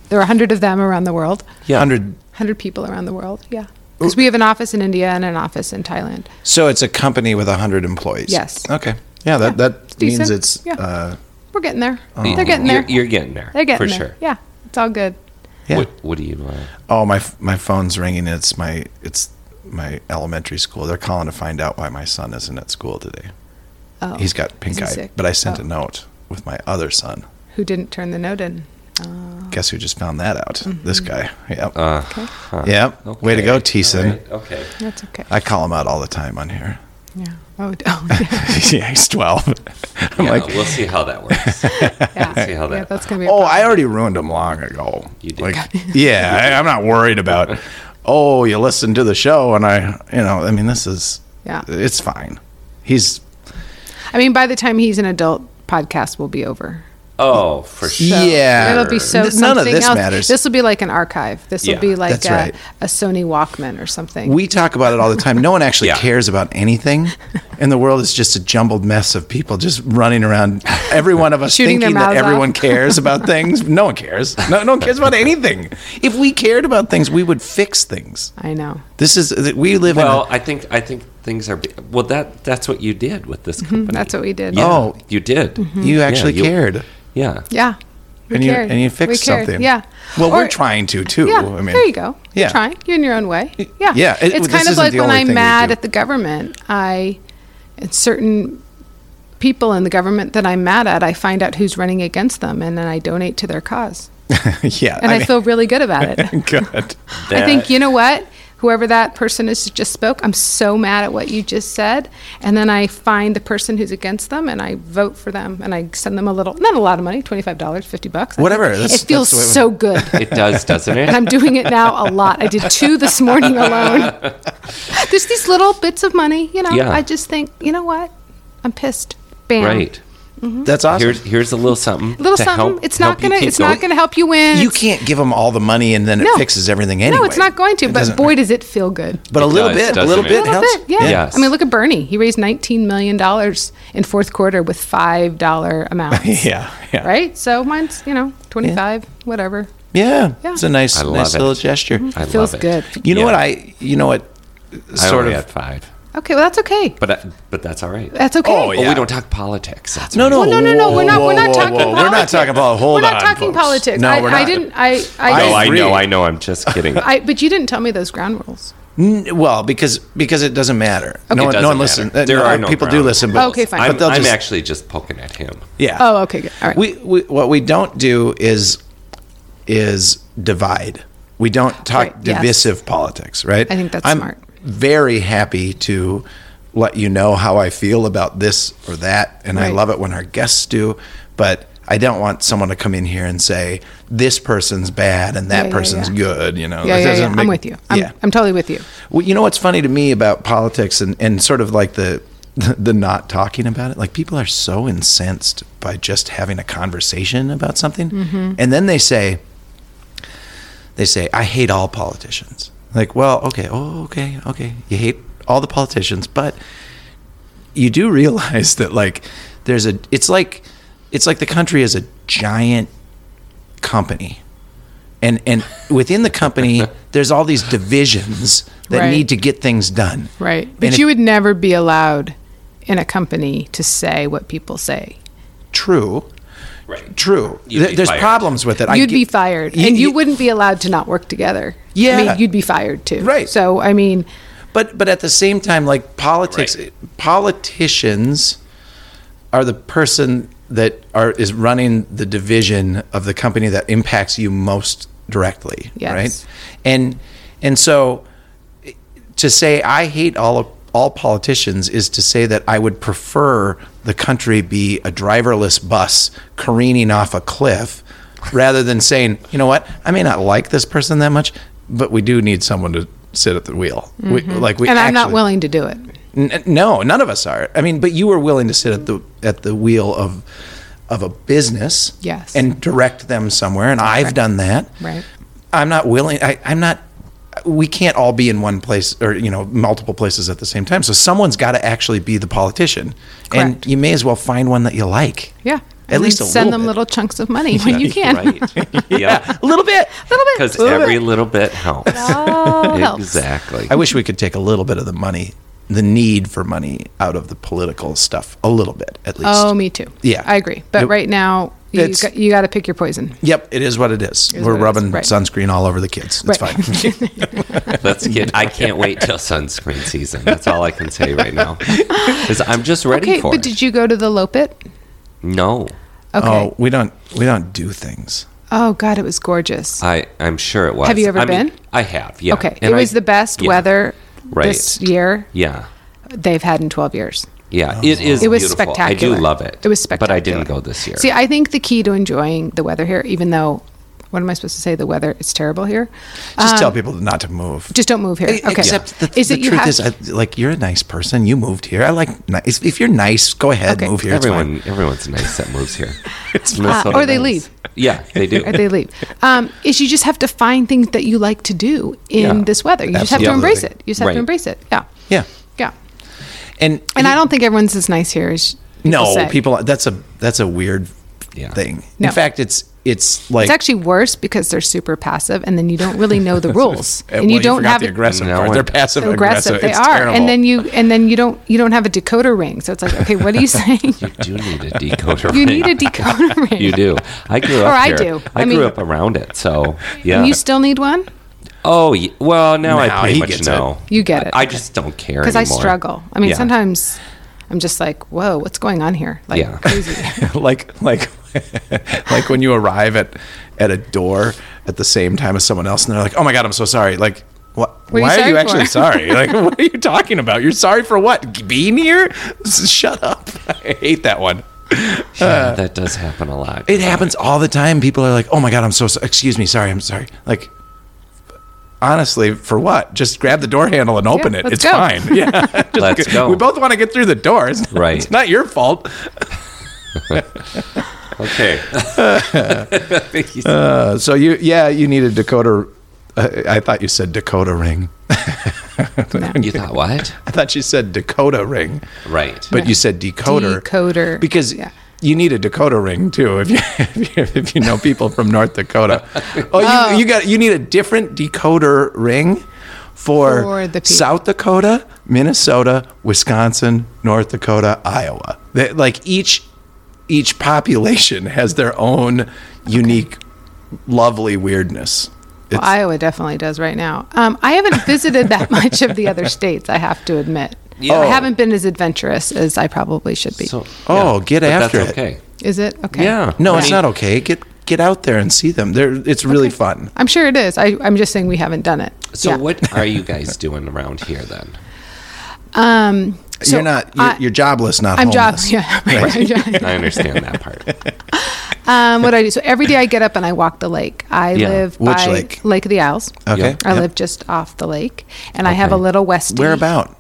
there are a hundred of them around the world
yeah, hundred.
hundred people around the world yeah because we have an office in india and an office in thailand
So it's a company with hundred employees.
Yes.
Okay. Yeah, that that means
decent.
it's.
Yeah.
Uh,
we're getting there
Oh.
Y-
they're getting there
You're, you're getting there.
they're getting
for
there
sure.
yeah it's all good
Yeah.
What, what do you? Uh,
oh my f- my phone's ringing. It's my it's my elementary school. They're calling to find out why my son isn't at school today.
oh
He's got
Is
pink
he
eye.
sick?
But I sent
Oh.
a note with my other son.
who didn't turn the note in Oh.
Guess who just found that out?
Mm-hmm.
This guy. Yep.
uh,
okay
yep. Way to
okay.
go, Teason.
Right, okay.
that's okay
Uh, I call him out all the time on here.
Yeah. Oh, oh yeah.
yeah, he's 12. I'm
Yeah,
like,
we'll see how that works.
yeah.
see how
yeah,
that-
that's gonna be. a
oh,
problem.
I already ruined him long ago.
You did.
Like, yeah, I, I'm not worried about, oh, you listened to the show and I, you know, I mean, this is,
Yeah.
it's fine. He's,
I mean, by the time he's an adult, podcast will be over.
oh, for sure.
yeah.
It'll be so.
N- None of
something
this
else.
matters.
This will be like an archive. This will
Yeah,
be like
that's
a,
right.
a Sony Walkman or something.
we talk about it all the time. No one actually
Yeah.
cares about anything. And the world is just a jumbled mess of people just running around. Every one of us
Shooting their
thinking that
mouths off.
everyone cares about things. No one cares. No, no one cares about anything. If we cared about things, we would fix things.
I know.
This is we live
Well,
in.
I think I think things are be- well. That that's what you did with this
Mm-hmm.
company.
That's what we did.
Yeah,
Oh.
you did.
A, you actually
you-
cared,
Yeah.
Yeah. We
and you
cared.
and you
We
fixed
cared.
something.
Yeah.
Well,
Or-
we're trying to too.
Yeah,
I mean,
there you go. You're
yeah.
trying. You're in your own way. Yeah,
yeah, it- this
it's kind of
isn't
like
the
when
only
I'm
thing we
mad
do.
at the government. I, at certain people in the government that I'm mad at, I find out who's running against them, and then I donate to their cause,
yeah,
and I, feel really good about it.
mean, good.
I think
That-
you know what. Whoever that person is that just spoke, I'm so mad at what you just said. And then I find the person who's against them and I vote for them and I send them a little, not a lot of money, $25, 50 bucks. I
Whatever,
think.
that's-
it feels
that's the way we-
so good.
It does, doesn't it?
and I'm doing it now a lot. I did two this morning alone. There's these little bits of money, you know.
Yeah.
I just think, you know what? I'm pissed. Bam.
right.
Mhm.
That's awesome.
Here's here's a little something.
Little
to
something.
help-
it's not
help you
gonna.
keep
It's not
going.
gonna help you win.
you
It's-
can't give them all the money and then
No.
it fixes everything anyway.
No, it's not going to. But
doesn't-
boy, does it feel good.
But a
It
little
does,
bit, a
doesn't
little
it?
bit
A little
helps.
bit, yeah.
Yes.
I mean, look at Bernie. He raised 19 million dollars in fourth quarter with five dollar amounts.
Yeah, yeah.
Right. So mine's you know 25, whatever.
Yeah,
Yeah. Mm-hmm.
it's a nice,
I love
nice
it.
little gesture.
I
Feels
love it.
good.
You know
Yeah.
what I? You know what?
I
Sort
only
of.
had five,
Okay. Well, that's okay.
but I, but that's all right.
That's okay.
Oh,
Oh,
Yeah.
we don't talk politics. That's
No,
right.
no,
Uh, Well, no, no, no. We're not.
whoa,
we're not
whoa,
talking.
whoa,
Politics.
We're not talking about. Hold
We're not
on,
talking
folks.
politics.
No,
I,
we're not.
I didn't. I. I,
No,
I
I
didn't-
know,
agree.
I know. I'm just kidding.
I- But you didn't tell me those ground rules.
N- Well, because because it doesn't matter. No one,
doesn't
no one
matter.
listens.
There are no
people do
ground
listen. But
rules. Okay, fine.
But
I'm,
they'll
I'm
just
actually just poking at him.
yeah.
Oh, okay. Good. All right.
we, we what we don't do is is divide. We don't talk
Right, yes.
divisive politics, right?
I think that's
I'm
smart.
Very happy to let you know how I feel about this or that, and I
Right.
love it when our guests do, but I don't want someone to come in here and say this person's bad and
Yeah,
that
yeah,
person's
yeah.
good. You know,
yeah,
It
yeah,
doesn't
yeah. I'm
make-
with you. I'm, I'm totally with you.
well, you know what's funny to me about politics and, and sort of like the the not talking about it? Like people are so incensed by just having a conversation about something, and then they say they say I hate all politicians. Like, well, okay, oh, okay, okay, you hate all the politicians, but you do realize that like there's a it's like it's like the country is a giant company and and within the company there's all these divisions that
Right.
need to get things done
Right.
And
But
if-
you would never be allowed in a company to say what people say.
true
Right.
true
You'd
There-
be
there's
fired.
problems with it I
you'd
get-
be fired,
Y-
and you
y-
wouldn't be allowed to not work together.
Yeah.
I mean, you'd be fired too.
Right.
So I mean,
but but at the same time like politics
Right.
politicians are the person that are is running the division of the company that impacts you most directly
Yes.
right and and so to say i hate all of all politicians is to say that i would prefer the country be a driverless bus careening off a cliff rather than saying you know what i may not like this person that much but we do need someone to sit at the wheel we, like we
Mm-hmm. and I'm not
actually-
willing to do it.
N- no, none of us are. I mean, but you were willing to sit at the at the wheel of of a business,
Yes.
and direct them somewhere, and I've done that.
Right.
I'm not willing. I, I'm not. We can't all be in one place or you know multiple places at the same time. So someone's got to actually be the politician, and
Correct.
you may as well find one that you like.
Yeah.
at
And
least a
then send
little
them
bit.
little chunks of money when you can.
Right. yeah.
a little bit.
little bit.
Because
Little bit.
every little bit helps.
all helps.
Exactly.
I wish we could take a little bit of the money, the need for money, out of the political stuff. A little bit, at least.
Oh, me too.
Yeah.
I agree. But
Yep.
right now, you
It's-
got, you got to pick your poison.
Yep, it is what it is.
is
We're
what it is,
rubbing
right.
sunscreen all over the kids. It's
Right.
fine.
Let's get. I can't wait till sunscreen season. That's all I can say right now. Because I'm just ready
Okay,
for
but
it.
did you go to the Lopit?
no,
Okay.
Oh, we don't we don't do things.
Oh, God, it was gorgeous.
I. I'm sure it was.
Have you ever
I mean,
been?
I have. Uh, Yeah.
okay,
And
it
I-
was the best
yeah.
weather
Right.
this year.
Yeah.
they've had in 12 years.
Yeah, it is.
It was
beautiful. I
spectacular.
do love it.
It was
But I didn't go
spectacular.
this year.
See, I think the key to enjoying the weather here, even though, what am I supposed to say? The weather is terrible here. Um,
Just tell people not to move.
Just don't move here.
E-
uh, Okay.
Except the,
Is
the
it you
truth
have
is,
to-
I, like, you're a nice person. You moved here. I like nice. If you're nice, go ahead,
Okay.
move here. It's fine.
Everyone, everyone's nice that moves here. it's Minnesota
or they
nice.
leave.
Yeah, they do.
or they leave. Um, is you just have to find things that you like to do in
Yeah.
this weather. You just have to
Absolutely.
embrace it. You just have
Right.
to embrace it. Yeah.
Yeah.
Yeah.
And
And I don't think everyone's as nice here as people
no
say.
people. That's a that's a weird
Yeah.
thing.
No.
In fact, it's it's like
It's actually worse because they're super passive, and then you don't really know the rules,
Eh,
and
well,
you don't
forgot
have
the
a-
aggressive
No
part.
one-
They're passive aggressive.
aggressive. They
It's
are,
terrible.
and then you and then you don't you don't have a decoder ring, so it's like, okay, what are you saying?
You do need a decoder.
you
ring.
need a decoder ring.
You do. I grew up.
Or I
here.
do.
I,
I
grew
mean-
up around it. So yeah.
And you still need one
oh y- well, now I
Now
pretty
he
much
gets
know.
it. You get it.
I, I just don't care
because I
anymore.
struggle. I mean,
Yeah.
sometimes I'm just like, whoa, what's going on here? Like
Yeah.
crazy.
like like like when you arrive at at a door at the same time as someone else and they're like oh my god i'm so sorry like what,
What are you
why are you
sorry
actually
for?
sorry like what are you talking about you're sorry for what being here shut up i hate that one
Yeah, that does happen a lot.
it happens all the time people are like oh my god i'm so so excuse me sorry i'm sorry like honestly for what just grab the door handle and open it
let's
it's
go.
fine yeah Just
Let's
g-
go.
we both want to get through the doors
Right.
it's not your fault
okay.
Uh, so you, yeah, you need a Dakota. Uh, I thought you said Dakota ring.
you thought what?
I thought you said Dakota ring,
Right.
but you said decoder.
Decoder.
Because
Yeah.
you need a Dakota ring too if you if you, if you know people from North Dakota. Oh, You, you got you need a different decoder ring for,
For the people.
South Dakota, Minnesota, Wisconsin, North Dakota, Iowa. They, like each each population has their own unique, lovely weirdness.
Well, Iowa definitely does right now. Um, I haven't visited that much of the other states. I have to admit, I haven't been as adventurous as I probably should be.
So-
Oh, get
but
after
that's
it.
Okay.
Is it okay?
Yeah.
No,
I
it's
mean-
not okay. Get get out there and see them. They're it's really fun.
I'm sure it is. I, I'm just saying we haven't done it.
So
Yeah.
what are you guys doing around here then?
Um, so
you're not you're,
I-
you're jobless, not
I'm
homeless.
jobless. Yeah. I'm jobless.
I understand that part.
um, what I do. So every day I get up and I walk the lake. I
Yeah.
live
Which
by
lake?
of the Owls.
Okay.
I
Yep.
live just off the lake, and I have a
Okay.
little westie.
Where about?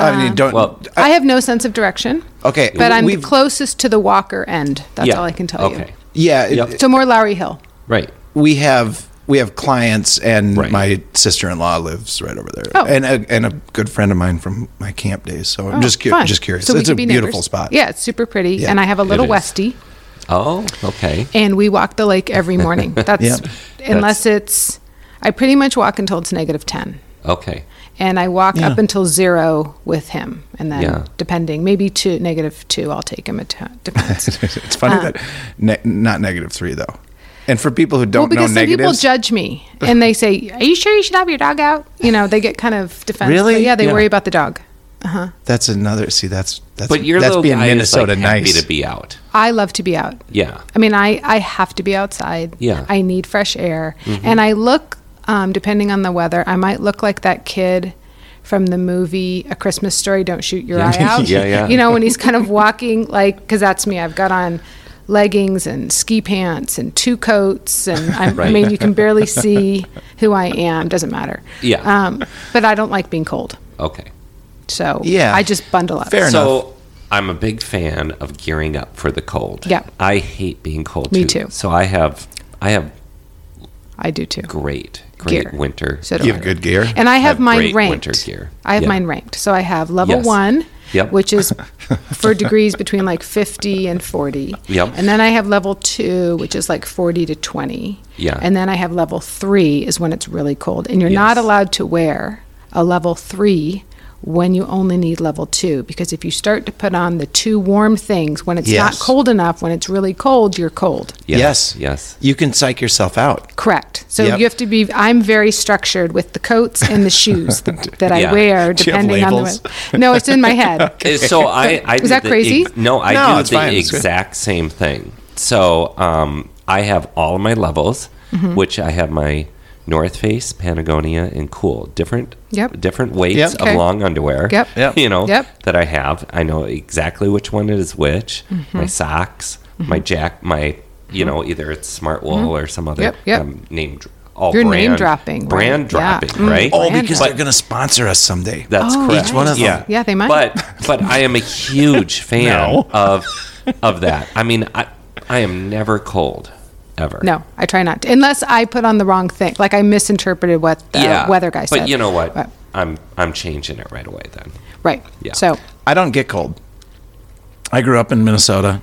I
Um,
mean, don't.
well-
I have no sense of direction.
Okay,
but I'm the
we've-
closest to the Walker end. That's
yeah.
all I can tell
okay.
you.
yeah, it-
Yep.
So more Lowry Hill.
Right.
we have we have clients, and
Right.
my sister in law lives right over there,
Oh.
and a, and a good friend of mine from my camp days. So I'm
Oh,
just cu-
fun.
just curious.
So we
it's
could
a
be
beautiful
neighbors.
spot.
Yeah, it's super pretty.
Yeah,
and I have a little
is.
Westie,
Oh, okay.
and we walk the lake every morning. That's unless it's. I pretty much walk until it's negative ten,
Okay.
and I walk
Yeah.
up until zero with him, and then
Yeah.
depending, maybe to negative two, I'll take him. It t- depends.
it's funny that ne- not negative three though. And for people who don't
Uh. well, because
know
some people
negatives,
judge me and they say, "Are you sure you should have your dog out?" You know, they get kind of defensive.
Really?
Yeah, they
Yeah.
worry about the dog.
that's another. See, that's that's
But your
that's
little
being
guy
Minnesota
is like happy
nice.
to be out.
I love to be out.
Yeah.
I mean, I, I have to be outside.
Yeah. Mm-hmm.
I need fresh air. And I look, um, depending on the weather, I might look like that kid from the movie A Christmas Story, Don't Shoot Your
Yeah.
Eye Out.
Yeah, yeah.
You know, when he's kind of walking, like, because that's me. I've got on leggings and ski pants and two coats. And I, I
Right.
mean, you can barely see who I am. Doesn't matter.
Yeah.
Um, but I don't like being cold.
Okay.
So
Yeah.
I just bundle up.
Fair
so I'm a big fan of gearing up for the cold.
Yeah.
I hate being cold
Me too.
So I have I have
I do too.
great great
Gear.
winter.
So do
you
I.
have good gear.
And I have,
have
mine
great
ranked.
winter gear.
I have
Yeah.
mine ranked. So I have level
Yes.
one,
Yep.
which is for degrees between like 50 and 40.
Yep.
And then I have level two, which is like 40 to 20.
Yeah.
And then I have level three is when it's really cold. And you're
Yes.
not allowed to wear a level three when you only need level two because if you start to put on the two warm things when it's not
Yes.
cold enough, when it's really cold, you're cold.
Yes.
Yes.
Yes.
You can psych yourself out.
Correct. So
Yep.
you have to be. I'm very structured with the coats and the shoes that, that
Yeah.
I wear,
Do you have
depending on the
labels?
weather. No, it's in my head.
Uh, So I, I
Is
did
that
the
crazy?
ex- no, I
No,
do
it's
the
fine. It's good.
exact same
Mm-hmm.
thing. So um, I have all of my levels, which I have my North Face, Patagonia, and Cool. Different
Yep.
different weights
Yep.
of
Okay.
long underwear.
Yep. Yep.
You know
Yep.
that I have. I know exactly which one is which.
Mm-hmm.
My socks, my jack, my you know either it's Smart Wool or some other
Mm-hmm. Yep, yep.
um, name dr- all
You're
brand,
name dropping, right?
brand
Yeah.
dropping,
Mm.
right?
Oh,
Oh,
Brand
because
one.
they're going to sponsor us someday.
That's
Oh,
correct.
Each one
of them.
Yeah.
Yeah, they might.
But but I am a huge fan of of that. I mean, I I am never cold ever.
No, I try not to, unless I put on the wrong thing. Like I misinterpreted what the
Yeah.
weather guy said.
But you know what?
But-
I'm I'm changing it right away then.
right.
Yeah.
So
I don't get cold. I grew up in Minnesota.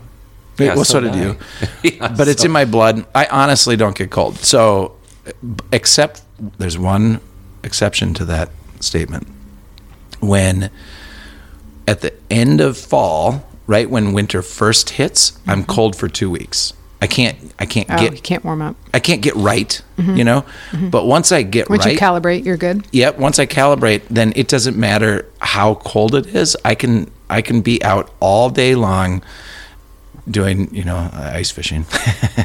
Wait,
Yeah,
well,
so
so, did
did
you.
Yeah,
but it's
so-
in my blood. I honestly don't get cold. So, except there's one exception to that statement. When at the end of fall, right when winter first hits, I'm cold for two weeks. I can't. I can't
Mm-hmm. oh, you
get.
can't warm up.
I can't get right. You know. But once I get
Once
right,
you calibrate, you're good.
yep once i calibrate then it doesn't matter how cold it is i can i can be out all day long doing you know uh, ice fishing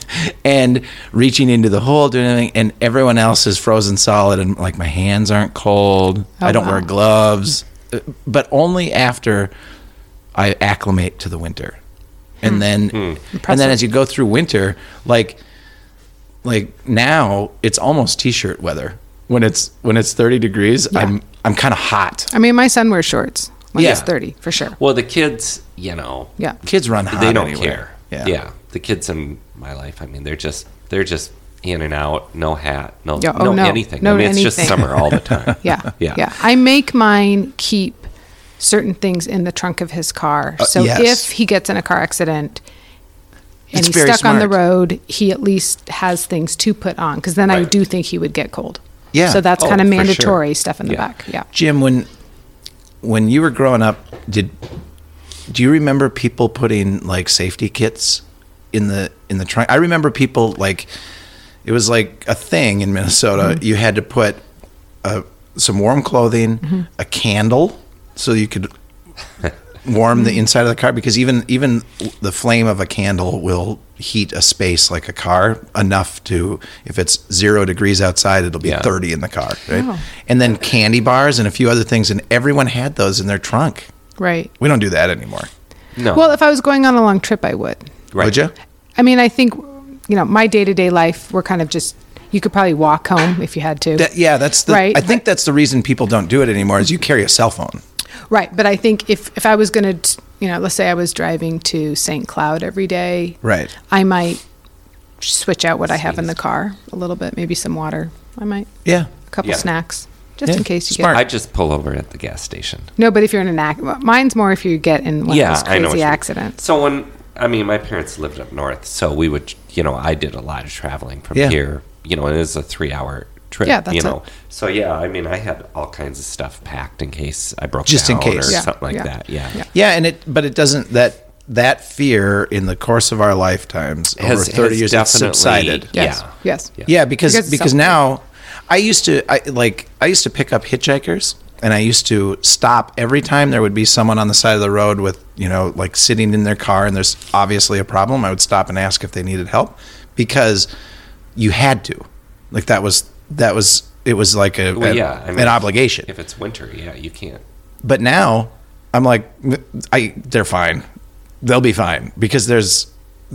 and reaching into the hole doing anything and everyone else is frozen solid and like my hands aren't cold i don't
Oh, wow.
wear gloves Uh, but only after i acclimate to the winter and then and
Hmm. Impressive.
then as you go through winter like like now it's almost t-shirt weather when it's when it's 30 degrees i'm i'm kind of hot
I mean, my son wears shorts when he's
Yeah.
30 for sure.
Well, the kids, you know,
Yeah.
kids run hot
they don't
anywhere.
care. Yeah. the kids in my life. I mean, they're just they're just in and out, no hat, no
Yeah, oh,
no,
no.
anything.
No
I mean, it's just
anything.
summer all the time.
Yeah.
Yeah.
Yeah. I make mine keep certain things in the trunk of his car.
Uh,
So
yes.
if he gets in a car accident and
It's
he's
very
stuck on the
smart.
road, he at least has things to put on because then I
Right.
do think he would get cold.
Yeah.
So that's
Oh,
kind of
for sure.
mandatory stuff in the
Yeah.
back. Yeah.
jim when when you were growing up did do you remember people putting like safety kits in the in the trunk i remember people like it was like a thing in minnesota you had to put uh, some warm clothing a candle so you could warm the inside of the car because even even the flame of a candle will heat a space like a car enough to if it's zero degrees outside it'll be
Yeah.
30 in the car right
Wow.
and then candy bars and a few other things and everyone had those in their trunk
Right.
we don't do that anymore
No,
Well, if I was going on a long trip, I would.
right.
would you
I mean, I think, you know, my day to day life, we're kind of just, you could probably walk home if you had to.
that, yeah that's the
Right,
i think
but-
that's the reason people don't do it anymore is you carry a cell phone
Right, but I think if if I was going to, you know, let's say I was driving to St. Cloud every day,
Right.
I might switch out what I have in the car a little bit, maybe some water. I might
yeah
a couple
Yeah.
snacks just
Yeah,
in case you
smart.
get.
I just pull over at the gas station.
No, but if you're in an ac mine's more if you get in one of those
I know what
crazy
you mean.
accidents.
So when I mean, my parents lived up north, so we would, you know, I did a lot of traveling from
Yeah.
here. You know, and it was a three-hour trip.
Yeah, that's
you
it.
know, so yeah, I mean, I had all kinds of stuff packed in case I broke
Just in
down or
case.
Yeah,
something like
yeah,
that. Yeah,
yeah.
yeah and it but it doesn't that that fear in the course of our lifetimes over 30 years it's
definitely-
subsided
Yes,
Yeah.
yes.
Yeah.
Yeah, because
Because
because,
it's something.
now I used to I like I used to pick up hitchhikers and I used to stop every time there would be someone on the side of the road with, you know, like sitting in their car and there's obviously a problem, I would stop and ask if they needed help because you had to. Like that was that was it was like a,
Well,
a-
yeah, I mean,
an obligation.
If it's winter, yeah, you can't.
But now I'm like I they're fine. They'll be fine because there's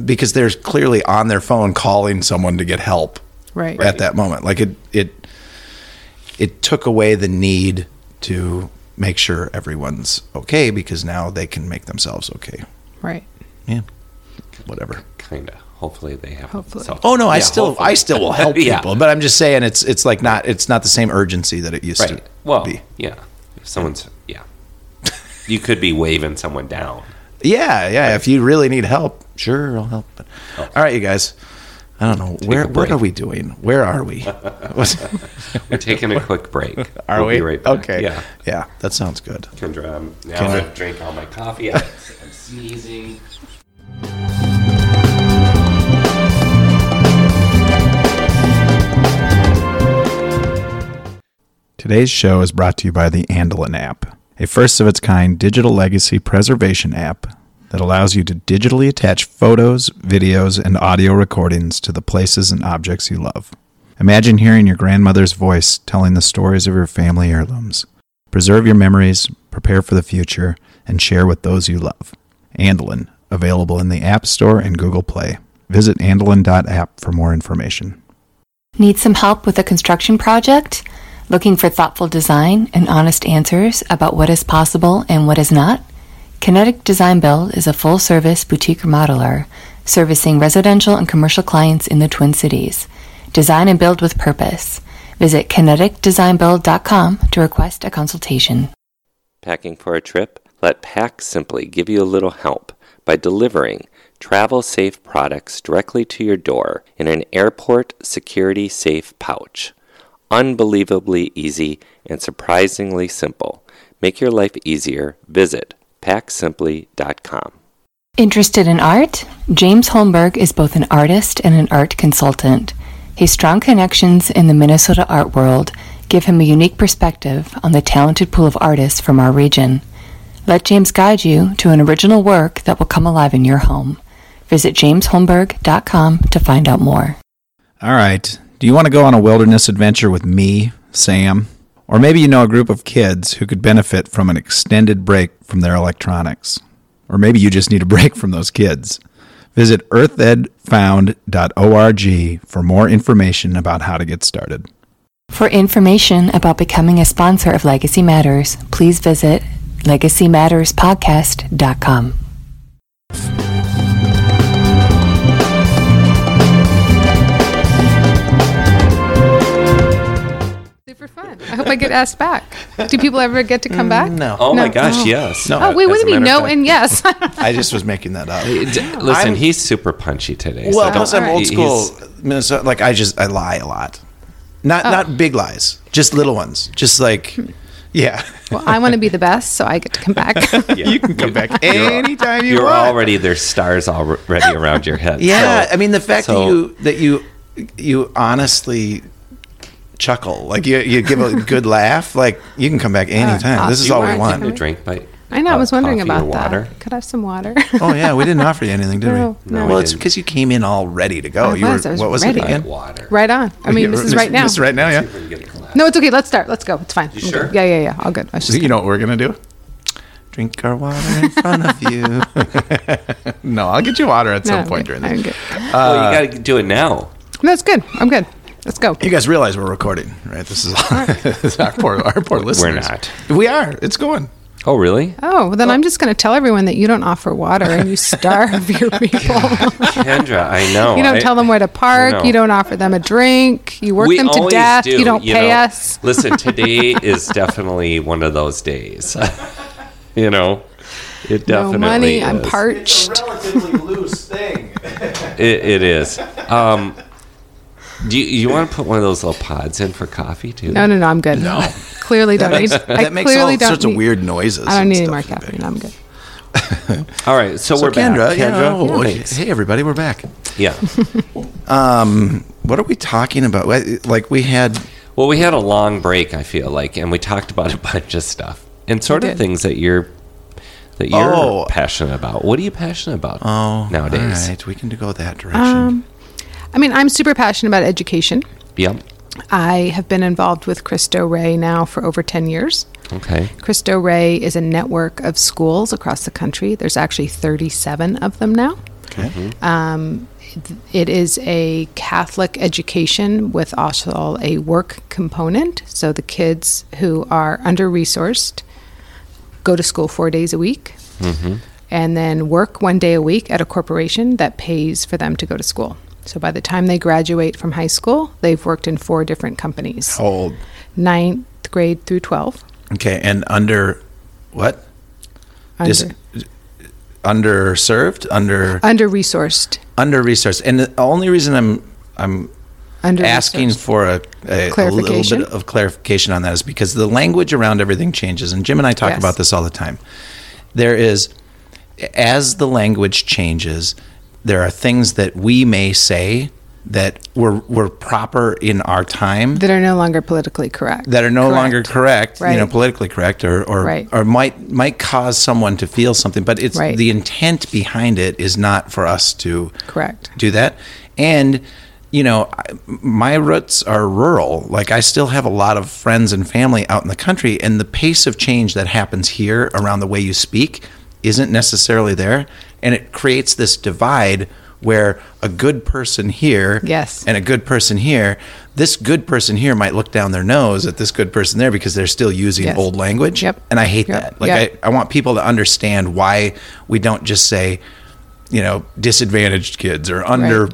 because they're clearly on their phone calling someone to get help
Right.
at that moment. Like it it it took away the need to make sure everyone's okay because now they can make themselves okay.
Right.
Yeah. Whatever.
Kinda. Hopefully they have.
Hopefully.
self-
Oh no, I
Yeah,
still I
hopefully.
still will help
Yeah.
people, but I'm just saying it's it's like not it's not the same urgency that it used
right.
to
Well,
be.
yeah. If someone's yeah, you could be waving someone down.
Yeah, yeah. If you really need help, sure, I'll help. But all right, you guys. I don't know where.
a
What
break.
are we doing? Where are we? What's-
We're taking a quick break.
are
We'll
we?
Be right back.
Okay.
Yeah.
Yeah. That sounds good.
Kendra, um, now
Kendra.
I'm gonna drink all my coffee. I'm, I'm sneezing.
Today's show is brought to you by the Andelin app, a first of its kind digital legacy preservation app that allows you to digitally attach photos, videos, and audio recordings to the places and objects you love. Imagine hearing your grandmother's voice telling the stories of your family heirlooms. Preserve your memories, prepare for the future, and share with those you love. Andelin, available in the App Store and Google Play. Visit andelin.app for more information.
Need some help with a construction project? Looking for thoughtful design and honest answers about what is possible and what is not? Kinetic Design Build is a full service boutique remodeler servicing residential and commercial clients in the Twin Cities. Design and build with purpose. Visit kineticdesignbuild.com to request a consultation.
Packing for a trip? Let Pack Simply give you a little help by delivering travel safe products directly to your door in an airport security safe pouch. Unbelievably easy and surprisingly simple. Make your life easier. Visit packsimply.com.
Interested in art? James Holmberg is both an artist and an art consultant. His strong connections in the Minnesota art world give him a unique perspective on the talented pool of artists from our region. Let James guide you to an original work that will come alive in your home. Visit jamesholmberg.com to find out more.
All right. Do you want to go on a wilderness adventure with me, Sam? Or maybe you know a group of kids who could benefit from an extended break from their electronics. Or maybe you just need a break from those kids. Visit earthedfound.org for more information about how to get started.
For information about becoming a sponsor of Legacy Matters, please visit legacymatterspodcast.com.
Super fun. I hope I get asked back. Do people ever get to come back? No.
Oh my
No.
gosh,
Oh.
yes.
No.
Oh, wait,
As
what
a
do you mean?
matter of
No
fact-
and yes.
I just was making that up.
D- Listen,
I'm-
he's super punchy today.
Well,
so
because
don't-
I'm old
he's-
school Minnesota. Like I just I lie a lot. Not not big lies, just little ones. Just like yeah.
well, I want to be the best, so I get to come back.
You can come back anytime you
You're
want.
already there's stars already around your head.
Yeah,
so-
I mean the fact
so-
that you that you you honestly chuckle like you you give a good laugh like you can come back anytime. this is
Uh, you
all we
want to
want.
a drink by
I know. I
uh,
was wondering
coffee or
about
water.
that. Could I have some water?
Oh yeah, we didn't offer you anything, did
No,
we?
no. No,
Well,
we
it's
didn't.
because you came in all ready to go.
I
you
was,
were
I was
what was
ready.
it again?
Water.
right on. I mean, this is right now.
This is right now, yeah.
No, it's okay. Let's start. Let's go. It's fine. You
sure?
Yeah, yeah, yeah. All good. I was just
You know what we're gonna do? Drink our water in front of you. no, I'll get you water at some
no,
point
I'm good.
during this.
I'm good.
well, you got to do it now.
No, it's good. I'm good. Let's go.
You guys realize we're recording, right? This is this is our poor our poor listeners.
not.
We are. It's going.
Oh, really?
Oh, well, then I'm just going to tell everyone that you don't offer water and you starve your people.
Kendra, I know.
you don't
I-
tell them where to
I
park.
know.
You don't offer them a drink. You work
We
them to
always
death.
do,
you don't pay
know.
us.
Listen, today is definitely one of those days. you know, it
No
definitely
money.
Is.
I'm parched.
Relatively loose thing.
It, it is. Um, do you, you want to put one of those little pods in for coffee too?
No, no, no. I'm good. No. Clearly don't need. I
That makes
clearly
all
don't
sorts
need,
of weird noises.
I don't
and
need any
stuff
more
in the
caffeine.
back.
I'm good.
All right, so,
So
we're
Kendra,
back.
yeah, oh,
thanks.
hey everybody, we're back.
yeah.
Um, what are we talking about? Wh- Like we had
Well, we had a long break. I feel like, and we talked about a bunch of stuff and sort of
did.
things that you're that you're
Oh.
passionate about. What are you passionate about
oh
nowadays?
all right, we can go that direction.
Um, I mean, I'm super passionate about education.
Yep.
I have been involved with Christo Ray now for over 10 years.
Okay.
Christo Ray is a network of schools across the country. There's actually 37 of them now.
Mm-hmm.
Um, th- it is a Catholic education with also a work component. So the kids who are under resourced go to school four days a week and then work one day a week at a corporation that pays for them to go to school. So by the time they graduate from high school, they've worked in four different companies
How old?
ninth grade through 12.
Okay, and under what?
Under,
underserved, under
under resourced.
under resourced, and the only reason I'm I'm
Under
asking for a, a, a little
Clarification?
bit of clarification on that is because the language around everything changes, and Jim and I talk
Yes.
about this all the time. There is, as the language changes, there are things that we may say that were were proper in our time
that are no longer politically correct.
that are no longer correct, you know,
Right.
politically correct, or or,
Right.
or might might cause someone to feel something, but it's
Right.
the intent behind it is not for us to
Correct.
do that, and you know, I- my roots are rural. Like I still have a lot of friends and family out in the country, and the pace of change that happens here around the way you speak isn't necessarily there, and it creates this divide where a good person here
Yes.
and a good person here this good person here might look down their nose at this good person there because they're still using
Yes.
old language
Yep.
and i hate
Yep.
that like
Yep.
I, I want people to understand why we don't just say you know disadvantaged kids or under
Right.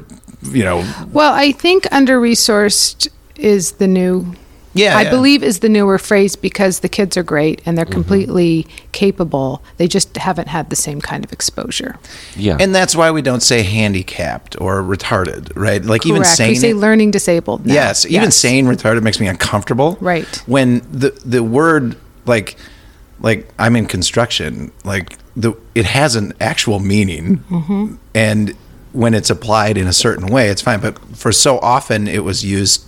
you know
Well, I think under resourced is the new.
Yeah, Mm-hmm.
I
yeah.
believe is the newer phrase because the kids are great and they're completely capable. They just haven't had the same kind of exposure.
Yeah.
And that's why we don't say handicapped or retarded, right? Like even
Correct.
saying
we say
it-
learning disabled. now.
yes, even saying retarded makes me uncomfortable.
Right.
When the the word like like I'm in construction, like the it has an actual meaning,
Mm-hmm.
and when it's applied in a certain way, it's fine. But for so often, it was used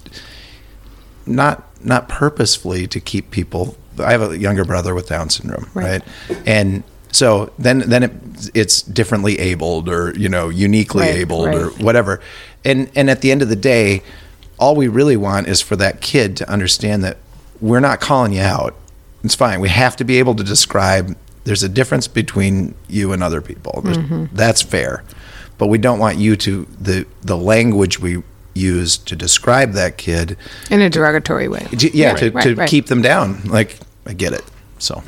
not not purposefully to keep people. I have a younger brother with Down syndrome,
Right.
right? And so then then it, it's differently abled or you know uniquely
Right,
abled or
right.
whatever. And and at the end of the day, all we really want is for that kid to understand that we're not calling you out. It's fine. We have to be able to describe there's a difference between you and other people. There's-
Mm-hmm.
That's fair. But we don't want you to the the language we use to describe that kid
in a derogatory way.
to, yeah, to,
right,
to
right.
keep them down. Like I get it. So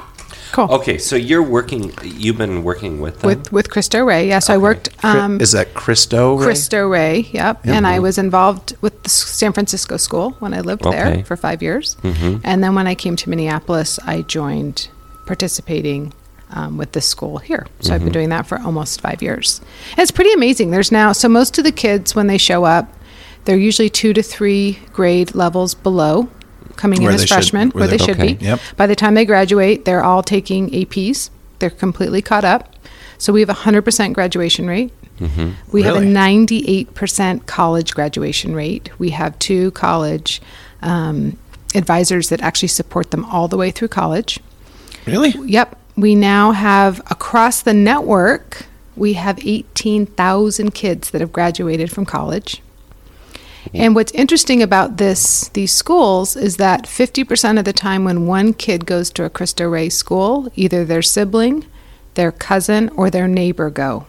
cool.
okay, so you're working. You've been working with them.
With with Christo Ray, yeah. So I worked um,
is that Christo? Ray?
Christo Ray, yep. And I was involved with the S- San Francisco school when I lived
Okay.
there for five years.
Mm-hmm.
And then when I came to Minneapolis, I joined participating um, with this school here. So I've
Mm-hmm.
been doing that for almost five years. And it's pretty amazing. There's now, so most of the kids, when they show up, they're usually two to three grade levels below coming
Where
in as
they should-
freshmen,
where
where
they-
they should
okay,
be.
yep.
By the time they graduate, they're all taking APs. They're completely caught up. So we have a 100% graduation rate. We have a
Really?
98% college graduation rate. We have two college um, advisors that actually support them all the way through college.
Really?
Yep. We now have across the network, we have 18,000 kids that have graduated from college. And what's interesting about this these schools is that 50% of the time when one kid goes to a Cristo Rey school, either their sibling, their cousin, or their neighbor go.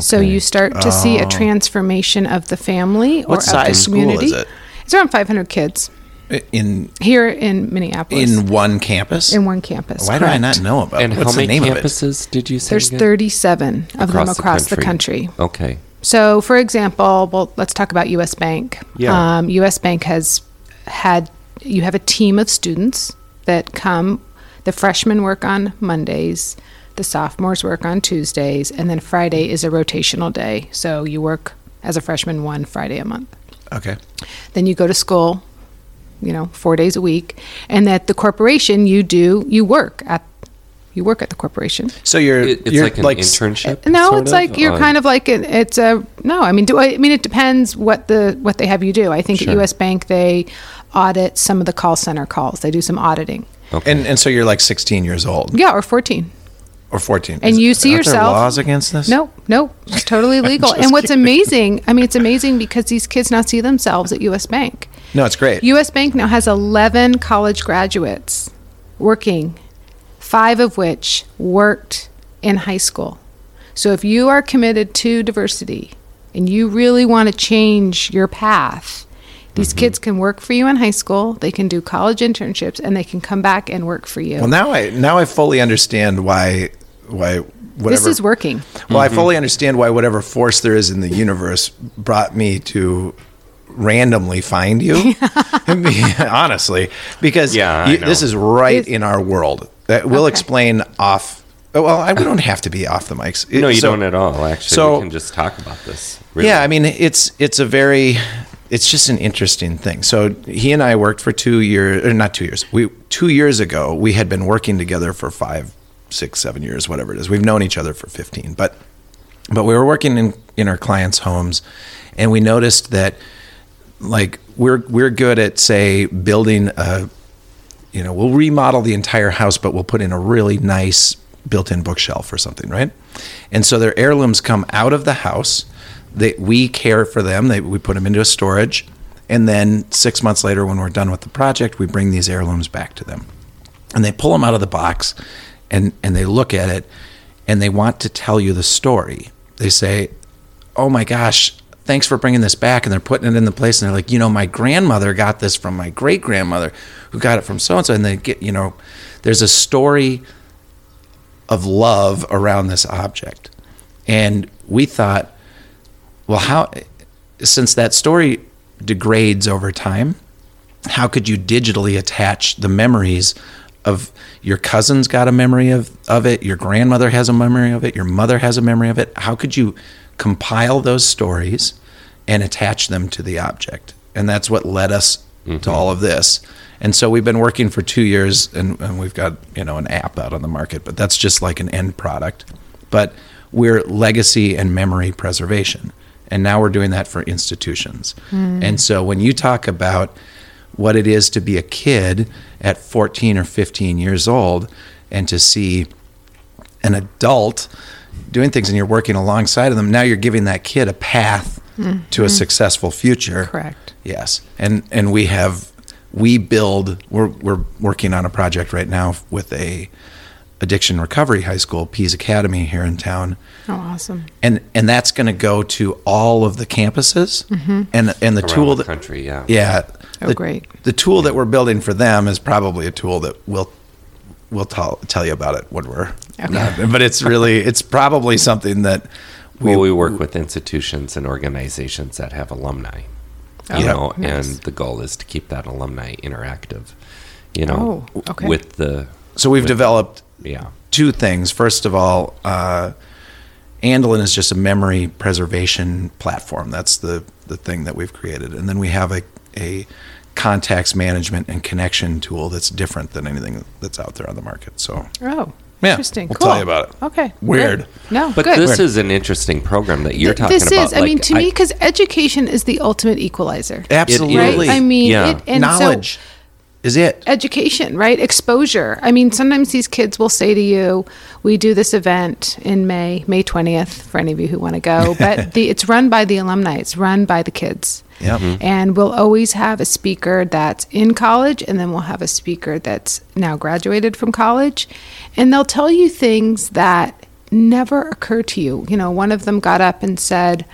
So you start to see a transformation of the family or
Oh. What
of
size
the
school is
community.
it?
It's around 500 kids
In
here in Minneapolis
in one campus.
in one campus.
Why do I
correct.
not know about?
and
it? What's
how many
the name of it?
campuses did you say?
There's
again?
37 of them across the country.
Okay.
So, for example, well, let's talk about U.S. Bank.
Yeah.
Um, U.S. Bank has had you have a team of students that come. The freshmen work on Mondays, the sophomores work on Tuesdays, and then Friday is a rotational day. So you work as a freshman one Friday a month
Okay.
then you go to school you know four days a week and at the corporation you do you work at you work at the corporation
So you're
It- it's
you're
like an internship.
uh, no
sort Oh.
it's like you're
Or-
kind of like an, it's a no i mean do i, I mean it depends what the what they have you do i think at us bank they audit some of the call center calls they do some auditing
And and so you're like 16 years old
yeah or 14
or 14.
and
Is-
you see
aren't there
yourself
laws against this?
no no it's totally legal and what's amazing i mean it's amazing because these kids now see themselves at us bank
No, it's great.
U.S. Bank now has 11 college graduates working, five of which worked in high school. So if you are committed to diversity and you really want to change your path, these
Mm-hmm.
kids can work for you in high school, they can do college internships, and they can come back and work for you.
well, now I now I fully understand why why whatever.
this is working.
Well,
Mm-hmm.
I fully understand why whatever force there is in the universe brought me to randomly find you. I mean, Honestly, because
Yeah, I
you-
know.
this is right
It's-
in our world. That we'll
Okay.
explain off. Well, I, we don't have to be off the mics. It-
No, you
so-
don't at all. Actually,
so-
we can just talk about this.
Yeah, I mean, it's it's a very it's just an interesting thing. So he and I worked for two years, or not two years. We two years ago we had been working together for five, six, seven years, whatever it is. We've known each other for fifteen, but but we were working in in our clients' homes, and we noticed that like we're we're good at say building a you know, we'll remodel the entire house, but we'll put in a really nice built in bookshelf or something, right? And so their heirlooms come out of the house. They, we care for them. They, we put them into a storage, and then six months later, when we're done with the project, we bring these heirlooms back to them, and they pull them out of the box, and and they look at it, and they want to tell you the story. They say, "Oh my gosh." Thanks for bringing this back, and they're putting it in the place, and they're like, you know, my grandmother got this from my great grandmother, who got it from so and so, and they get, you know, there's a story of love around this object. And we thought, well, how, since that story degrades over time, how could you digitally attach the memories of your cousin's got a memory of, of it, your grandmother has a memory of it, your mother has a memory of it? How could you compile those stories and attach them to the object? And that's what led us to all of this. And so we've been working for two years and, and we've got, you know, an app out on the market, but that's just like an end product. But we're legacy and memory preservation. And now we're doing that for institutions. And so when you talk about what it is to be a kid at 14 or 15 years old and to see an adult doing things and you're working alongside of them, now you're giving that kid a path to a successful future.
Correct.
Yes, and and we have we build. We're we're working on a project right now with a addiction recovery high school, Pease Academy here in town,
Oh, awesome.
and and that's going to go to all of the campuses, and and the tool
the
that
country, yeah.
yeah,
Oh,
the,
great.
The tool that we're building for them is probably a tool that we'll we'll tell tell you about it when we're. not- but it's really it's probably something that
Well, we work with institutions and organizations that have alumni, you
Yeah.
know,
nice.
and the goal is to keep that alumni interactive, you know,
Oh, okay.
with the
so we've developed
yeah.
two things. First of all, uh, Andelin is just a memory preservation platform. That's the, the thing that we've created. And then we have a, a contacts management and connection tool that's different than anything that's out there on the market. So
Oh,
Yeah,
interesting.
we'll
cool.
tell you about it.
Okay.
Weird.
great. No,
But
Oh, good.
this is an interesting program that you're
Th-
talking
this
about.
is, I mean,
like,
to me, because education is the ultimate equalizer.
Absolutely.
Right? I mean,
Yeah.
it, and
knowledge
so
is it.
education, right? Exposure. I mean, sometimes these kids will say to you, "We do this event in May, May twentieth, for any of you who want to go." But the, it's run by the alumni. It's run by the kids.
Yep. Mhm.
And we'll always have a speaker that's in college, and then we'll have a speaker that's now graduated from college, and they'll tell you things that never occur to you. You know, one of them got up and said.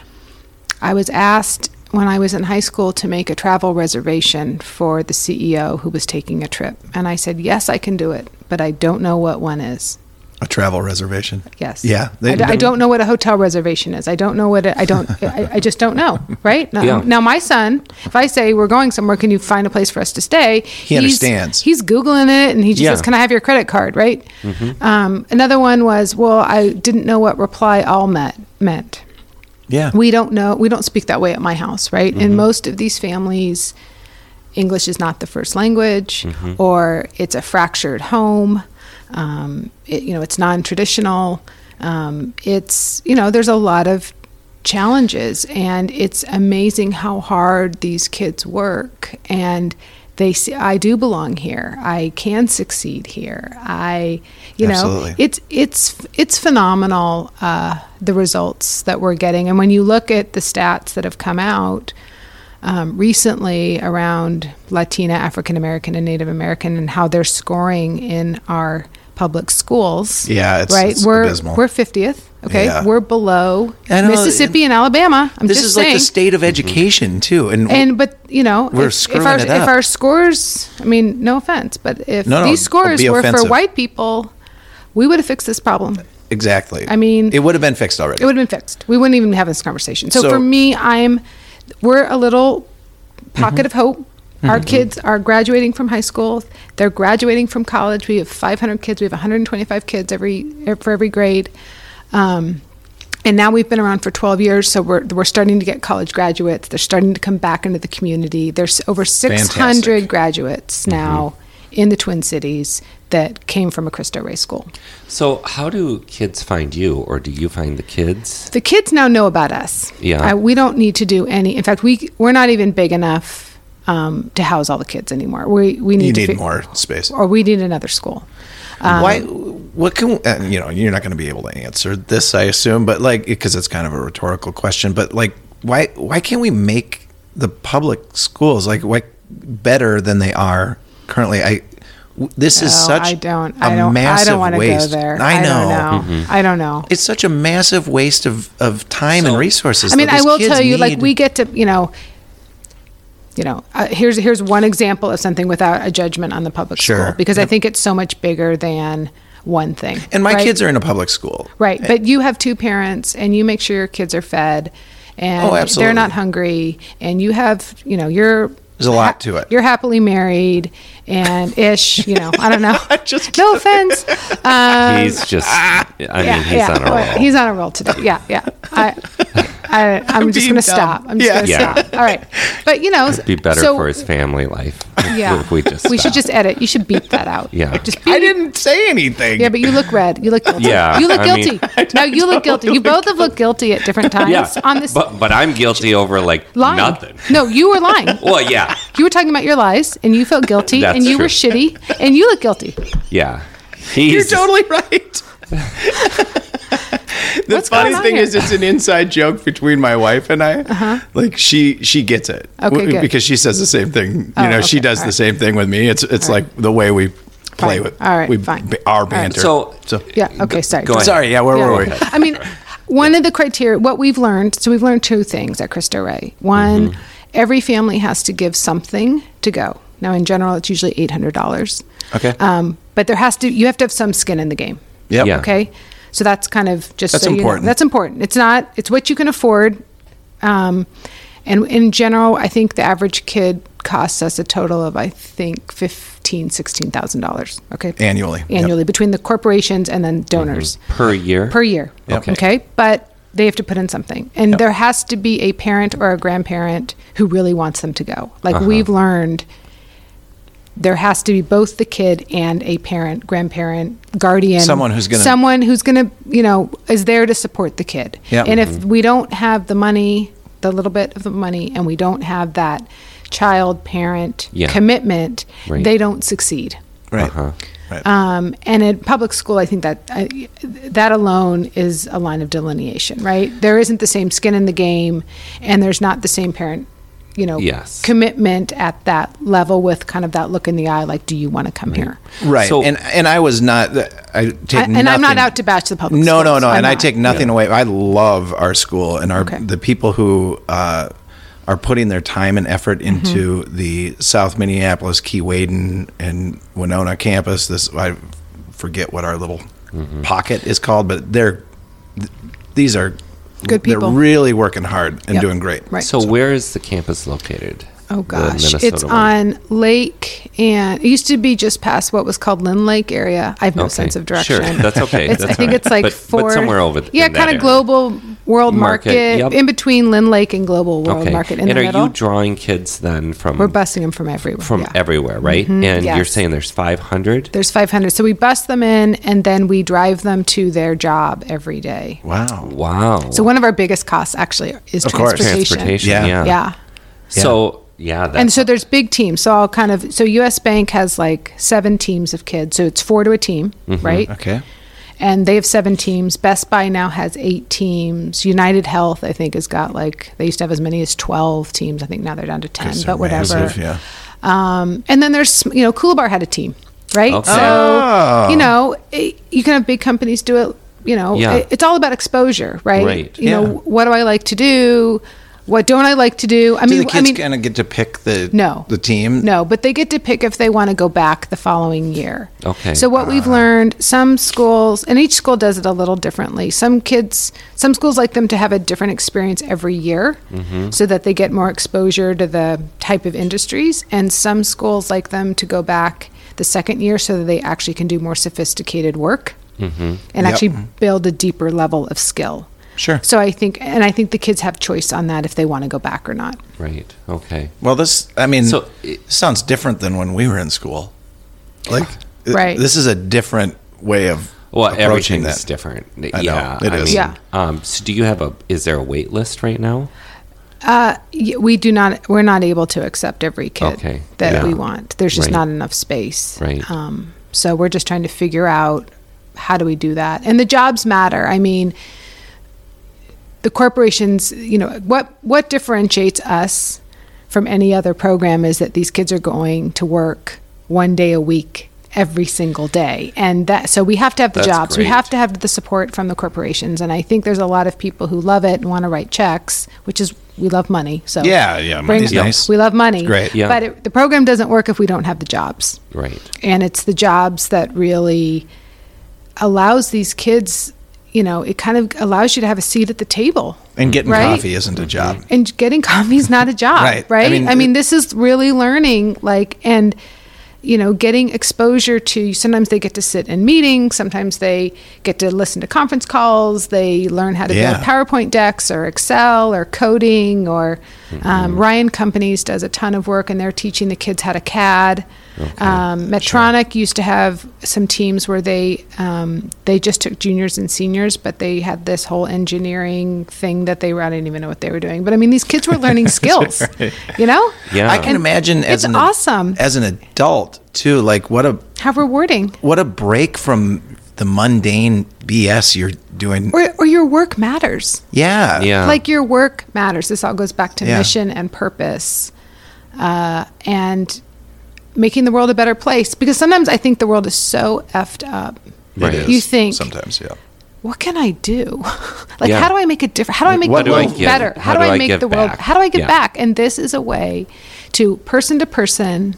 I was asked when I was in high school to make a travel reservation for the CEO who was taking a trip. And I said, Yes, I can do it, but I don't know what one is.
A travel reservation.
Yes.
Yeah.
I, d- I don't know what a hotel reservation is. I don't know what it, I don't, I, I just don't know. Right. Now,
Yeah.
now, my son, if I say we're going somewhere, can you find a place for us to stay? He
understands.
He's Googling it and he just
Yeah. Mm-hmm.
says, Can I have your credit card? Right. Um, another one was, Well, I didn't know what reply all met, meant
Yeah. Mm-hmm.
we don't know we don't speak that way at my house right in most of these families english is not the first language
Mm-hmm.
or it's a fractured home um, it, you know it's non-traditional um, it's you know there's a lot of challenges and it's amazing how hard these kids work and they see i do belong here i can succeed here i you
Absolutely.
know it's it's it's phenomenal uh, the results that we're getting and when you look at the stats that have come out um, recently around latina african american and native american and how they're scoring in our public schools
Yeah, it's-
right
it's
we're
abysmal.
we're 50th okay
Yeah.
we're below
I know,
mississippi and alabama i'm
This
just
is
saying
like the state of education too, and,
and but you know,
We're
if, if
screwing
our
it
if
up.
our scores, I mean, no offense, but if
No, no,
these
don't
scores
be
were for
offensive.
white people, we would have fixed this problem.
exactly.
I mean-
it would have been fixed already.
It would have been fixed. We wouldn't even have this conversation. So,
So-
for me, I'm we're a little
Mm-hmm.
pocket of hope. Our kids are graduating from high school. They're graduating from college. We have 500 kids. We have 125 kids every er, for every grade. Um, and now we've been around for 12 years, so we're, we're starting to get college graduates. They're starting to come back into the community. There's over 600
Fantastic. Mm-hmm.
graduates now in the Twin Cities that came from a Cristo Rey school.
So, how do kids find you, or do you find the kids?
The kids now know about us.
Yeah.
Uh, we don't need to do any. In fact, we we're not even big enough um, to house all the kids anymore. We we need
you
to
need
fi-
more space.
or we need another school.
Why? what can and, you know you're not going to be able to answer this i assume but like because it's kind of a rhetorical question but like why why can't we make the public schools like why better than they are currently i w- this is
No,
such
I don't.
a
I don't.
massive
I don't want to go
waste
there.
i know,
don't know. I don't know.
it's such a massive waste of of time and resources
I mean,
that
I
these
will
kids
tell you, like
need.
we get to, you know, you know, uh, here's here's one example of something without a judgment on the public
Sure.
school because I think it's so much bigger than one thing.
and my
right?
kids are in a public school
right, but you have two parents, and you make sure your kids are fed, and
Oh, absolutely.
they're not hungry, and you have, you know, you're.
There's a lot to it.
You're happily married and ish, you know. I don't know.
just
no offense. Um,
he's just. I mean, he's on a
well,
roll.
He's on a roll today. Yeah, yeah. I, I, I'm, just
being
going to
dumb.
stop. I'm just
Yeah.
going to
Yeah.
stop. All right. But, you know,
It'd be better
so-
for his family life.
Yeah.
If we just.
We should
stopped.
just edit. You should beep that out.
Yeah.
Just beep.
i didn't say anything
Yeah, but you look red. You look guilty.
Yeah,
You look
I mean-
guilty. no, you look guilty. You both have looked guilty at different times
Yeah.
on this
But but I'm guilty over like
lying.
nothing.
No, you were lying.
Well, yeah,
You were talking about your lies and you felt guilty
That's
and you
true.
were shitty and you look guilty.
yeah. He's
You're totally right. the
What's
funny
going on
thing
here? Uh-huh.
is, it's an inside joke between my wife and I. Like she she gets it
Okay, good.
because she says the same thing. You
Oh,
know, she
okay,
does
all
the
right.
same thing with me. It's it's like the way we play
Fine,
with.
all right,
we,
fine.
ba- Our
All right.
banter.
So-
so
Yeah. Okay. Sorry.
Go ahead.
sorry. Yeah, where
Yeah.
were we?
I mean, one of the criteria, what we've learned, so we've learned two things at Cristo Rey. One,
Mm-hmm.
every family has to give something to go. Now, in general, it's usually eight hundred dollars.
Okay.
Um, but there has to, you have to have some skin in the game.
Yep.
Yeah.
Okay. So that's kind of just
That's
so you know.
important.
That's important. It's not. It's what you can afford. Um, and in general, I think the average kid costs us a total of I think fifteen, sixteen thousand dollars. Okay.
Annually. Yep. Mm-hmm.
Annually between the corporations and then donors
per year.
per year.
Okay.
Okay. But they have to put in something. And there has to be a parent or a grandparent who really wants them to go. Like we've learned there has to be both the kid and a parent, grandparent, guardian,
Someone who's gonna-
someone who's gonna, you know, is there to support the kid.
Yep.
And if we don't have the money, the little bit of the money, and we don't have that child parent
Yeah.
commitment,
Right.
they don't succeed.
Right.
Uh-huh.
Um, and in public school, I think that I, that alone is a line of delineation, right? There isn't the same skin in the game, and there's not the same parent, you know,
Yes.
commitment at that level with kind of that look in the eye, like, do you want to come here?
Right.
So-
and and I was not. uh, I take
I- and I'm not
nothing-
out to bash the public.
No, no,
schools.
no.
I'm
and I
not.
take nothing away. I love our school and our
Okay.
the people who uh, are putting their time and
Mm-hmm.
effort into the South Minneapolis, Key Waden, and Winona campus. This I forget what our little pocket is called, but they're th- these are
Good people.
They're really working hard and
Yep.
doing great.
Right.
So where is the campus located?
Oh
The
gosh,
Minnesota
it's
one.
on Lake, and it used to be just past what was called Lynn Lake area. I have no
Okay.
sense of
Sure,
direction.
that's okay,
It's,
that's
I think
all right.
it's like
But- but
four,
somewhere over th-
yeah,
in that
kind
area.
of global world
Market,
market,
yep.
in between Lynn Lake and Global World
Okay.
Market in
and
the
are
middle.
you drawing kids then from
We're busing them from everywhere.
from
yeah. Mm-hmm.
everywhere, right? and you're
yes.
saying there's 500.
There's 500, so we bus them in, and then we drive them to their job every day.
Wow.
Wow.
So one of our biggest costs actually is
course.
transportation.
transportation.
Yeah.
Yeah.
Yeah.
So yeah. That's,
and so there's big teams. So I'll kind of so U.S. Bank has like seven teams of kids. So it's four to a team, right?
Okay.
And they have seven teams. Best Buy now has eight teams. United Health, I think, has got like they used to have as many as twelve teams. I think now they're down to ten,
They're
but whatever.
massive, yeah.
Um, and then there's you know Coolbar had a team, right?
Okay.
So you know it, you can have big companies do it. You know,
Yeah.
it- it's all about exposure, right?
Right.
You know,
Yeah.
what do I like to do? What don't I like to do? I
Do
mean,
the kids
I mean,
kind of get to pick the
no.
the team?
No, but they get to pick if they want to go back the following year.
Okay.
So what we've learned, some schools, and each school does it a little differently. Some kids, some schools like them to have a different experience every year, so that they get more exposure to the type of industries, and some schools like them to go back the second year so that they actually can do more sophisticated work and actually build a deeper level of skill.
Sure.
So I think, and I think the kids have choice on that if they want to go back or not.
right. Okay.
Well, this, I mean,
So, it-
it sounds different than when we were in school. Like, th-
Right.
This is a different way of
Well,
approaching
everything's
that.
different.
I know,
yeah.
it
I
is.
mean,
Yeah.
Um, so do you have a? Is there a wait list right now?
Uh, Y- we do not we're not able to accept every kid
Okay.
that
Yeah.
we want there's just
Right.
not enough space
Right.
um, so we're just trying to figure out how do we do that? And the jobs matter. I mean, the corporations, you know, what what differentiates us from any other program is that these kids are going to work one day a week every single day. And that so we have to have the
That's
jobs. We
great.
have to have the support from the corporations and I think there's a lot of people who love it and want to write checks, which is we love money. So
Yeah, yeah, money's nice.
We love money.
great.
Yeah.
But it, the program doesn't work if we don't have the jobs
Right.
and it's the jobs that really allows these kids you know it kind of allows you to have a seat at the table
And getting
Right.
coffee isn't a job.
and getting coffee is not a job
Right.
right,
I mean,
I mean
it-
this is really learning like and you know getting exposure to sometimes they get to sit in meetings sometimes they get to listen to conference calls they learn how to
Yeah.
build powerpoint decks or excel or coding or um, ryan companies does a ton of work and they're teaching the kids how to cad um, Medtronic used to have some teams where they um, they just took juniors and seniors, but they had this whole engineering thing that they were. I didn't even know what they were doing, but I mean, these kids were learning skills, you know?
Yeah.
I can
And
imagine as
it's
an
awesome.
as an adult too. Like what a
How rewarding,
what a break from the mundane BS you're doing.
or or your work matters.
Yeah,
Yeah.
Like your work matters. This all goes back to
Yeah.
mission and purpose, uh, and making the world a better place. Because sometimes I think the world is so effed up.
It
Right.
is
You think
sometimes, yeah.
what can I do? like,
Yeah.
how do I make a difference? How do I make
What
the
do I
world
give?
better? How, do, I, make
give
the world?
back?
How do I give
Yeah.
back? And this is a way to person to person,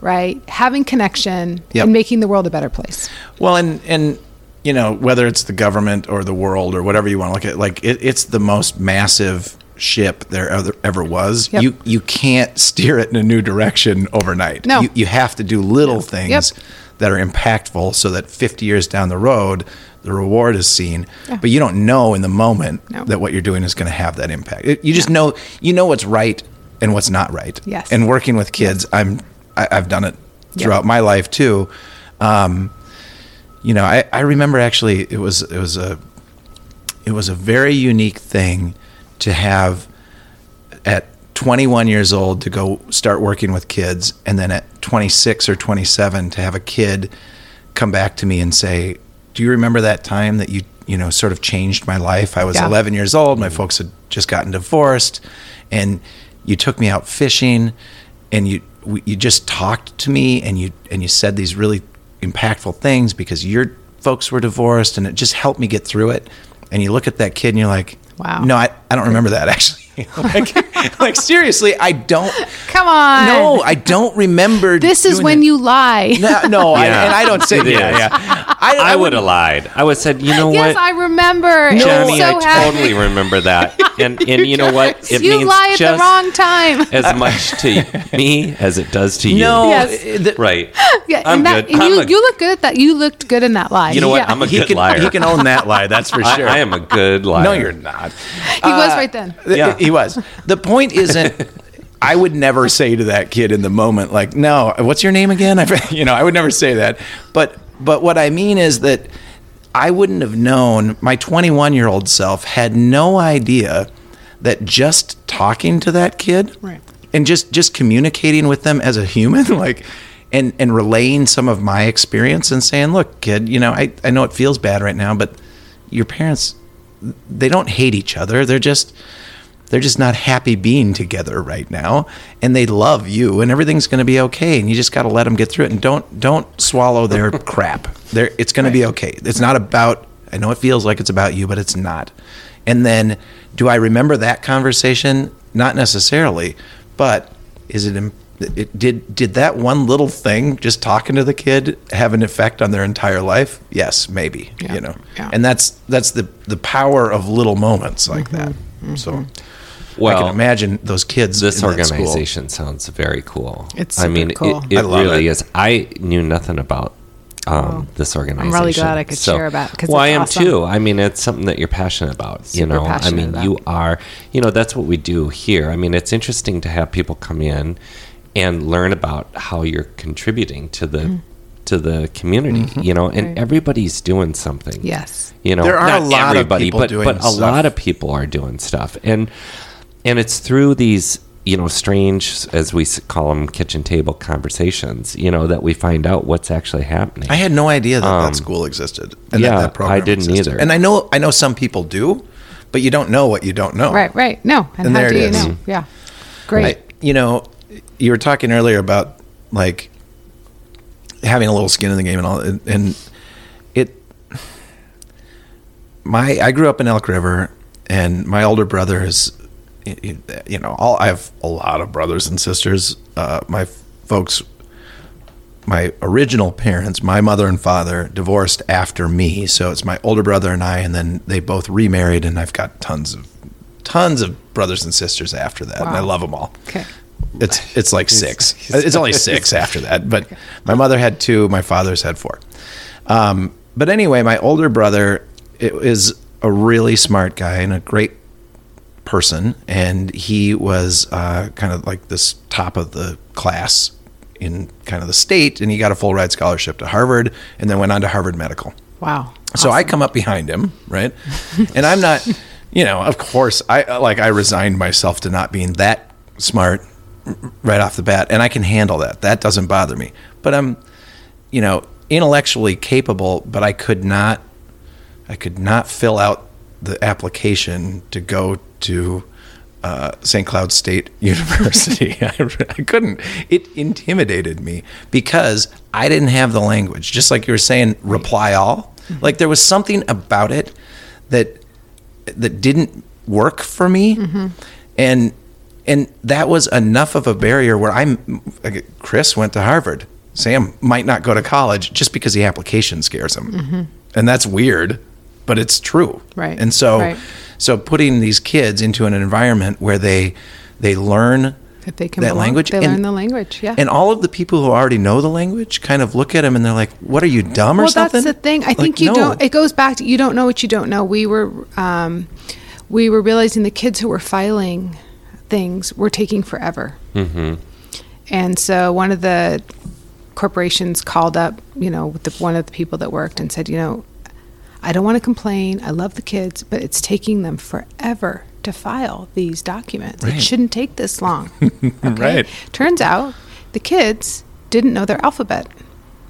right? Having connection
Yep.
and making the world a better place.
Well, and and you know whether it's the government or the world or whatever you want to look at, like it, it's the most massive ship there ever, ever was.
Yep.
You you can't steer it in a new direction overnight.
No.
you, you have to do little things
Yep.
that are impactful, so that 50 years down the road, the reward is seen.
Yeah.
But you don't know in the moment
No.
that what you're doing is going to have that impact. It- you just know you know what's right and what's not right.
Yes.
And working with kids, I'm I, I've done it
Yep.
throughout my life too. Um, you know, I, I remember actually it was it was a it was a very unique thing to have at 21 years old to go start working with kids and then at 26 or 27 to have a kid come back to me and say do you remember that time that you you know sort of changed my life i was
Yeah.
11 years old my folks had just gotten divorced and you took me out fishing and you we- you just talked to me and you and you said these really impactful things because your folks were divorced and it just helped me get through it and you look at that kid and you're like
Wow.
no i, I don't remember that actually like, like, seriously i don't
Come on.
no i don't remember
This is
doing
when
that.
you lie.
no, no I,
Yeah.
and i don't say
It
yeah,
is.
yeah. I,
I would
wouldn't-
have lied. I would have said, you know
yes,
what?
I remember. No,
Johnny,
so
I
happy.
totally remember that. And and you know what? It
you
means
lie at the
just
wrong time.
as much to me as it does to you.
no
Yes.
eh, the-
Right.
Yeah,
I'm
and that,
good.
and
I'm
you,
a-
you look good at that. You looked good in that lie.
You know what?
Yeah.
I'm a
he
good
can,
liar.
he can own that lie that's for
I,
sure
I am a good liar.
no you're not
he was
Ah.
right then.
Th-
Yeah.
He was. The point isn't. I would never say to that kid in the moment, like, "No, what's your name again?" I, you know, I would never say that. But, but what I mean is that I wouldn't have known. My 21 year old self had no idea that just talking to that kid,
Right.
and just just communicating with them as a human, like, and and relaying some of my experience and saying, "Look, kid, you know, I I know it feels bad right now, but your parents." They don't hate each other. They're just they're just not happy being together right now and they love you and everything's going to be okay and you just got to let them get through it and don't don't swallow their crap they it's going to be okay it's not about i know it feels like it's about you but it's not and then do i remember that conversation not necessarily but is it im- it, did did that one little thing just talking to the kid have an effect on their entire life yes maybe you know
yeah.
and that's that's the the power of little moments like
Mm-hmm,
that so I
Well,
can imagine those kids.
This
in that school.
organization sounds very cool.
It's
I
super
mean, it-
cool.
it,
I love
really
it.
is. I knew nothing about um, this organization.
glad I could share about it 'cause
Well,
it's
I am
awesome.
too. I mean, it's something that you're passionate about. you
Super
know, I
passionate
mean,
about.
you are. You know, that's what we do here. I mean, it's interesting to have people come in and learn about how you're contributing to the.
Mm.
To the community,
Mm-hmm.
you know, and everybody's doing something.
Yes.
you know,
There are a
not
lot of
everybody,
people
but
doing
but a
stuff.
lot of people are doing stuff, and and it's through these you know, strange, as we s- call them, kitchen table conversations, you know, that we find out what's actually happening.
I had no idea that that school existed. And
Um, yeah,
that, that program
I didn't
existed.
either.
And I know I know some people do, but you don't know what you don't
Oh.
know.
Right, right. No. And,
And
how
there
do
it
you
is.
know? Yeah. Great.
I, you know, you were talking earlier about like having a little skin in the game and all, and, and it. My I grew up in Elk River, and my older brother is, you know, all I have a lot of brothers and sisters. Uh, my folks, my original parents, my mother and father divorced after me, so it's my older brother and I, and then they both remarried, and I've got tons of, tons of brothers and sisters after that, and I
Wow.
love them all.
Okay.
It's it's like six. It's only six after that. But my mother had two. My father's had four. Um, but anyway, my older brother i- is a really smart guy and a great person, and he was uh, kind of like this top of the class in kind of the state, and he got a full ride scholarship to Harvard, and then went on to Harvard Medical.
Wow.
So I come up behind him, right? and I'm not, you know, of course, I like I resigned myself to not being that smart right off the bat, and I can handle that. That doesn't bother me. But I'm, you know, intellectually capable, but I could not, I could not fill out the application to go to. Uh, St. Cloud State University. I, re- I couldn't. It intimidated me because I didn't have the language. Just like you were saying, reply all. Like there was something about it that that didn't work for me and and that was enough of a barrier where i'm like, chris went to harvard sam might not go to college just because the application scares him and that's weird but it's true
Right,
and so
right.
so putting these kids into an environment where they they learn
That they can belong- they learn the language, yeah.
and all of the people who already know the language kind of look at them and they're like what are you dumb or
well,
something
that's the thing. I
Like,
think you
no.
don't. It goes back to you don't know what you don't know. We were, um, we were realizing the kids who were filing things were taking forever,
Mm-hmm.
and so one of the corporations called up, you know, with the, one of the people that worked and said, you know, I don't want to complain. I love the kids, but it's taking them forever to file these documents. It shouldn't take this long.
Right.
Turns out the kids didn't know their alphabet.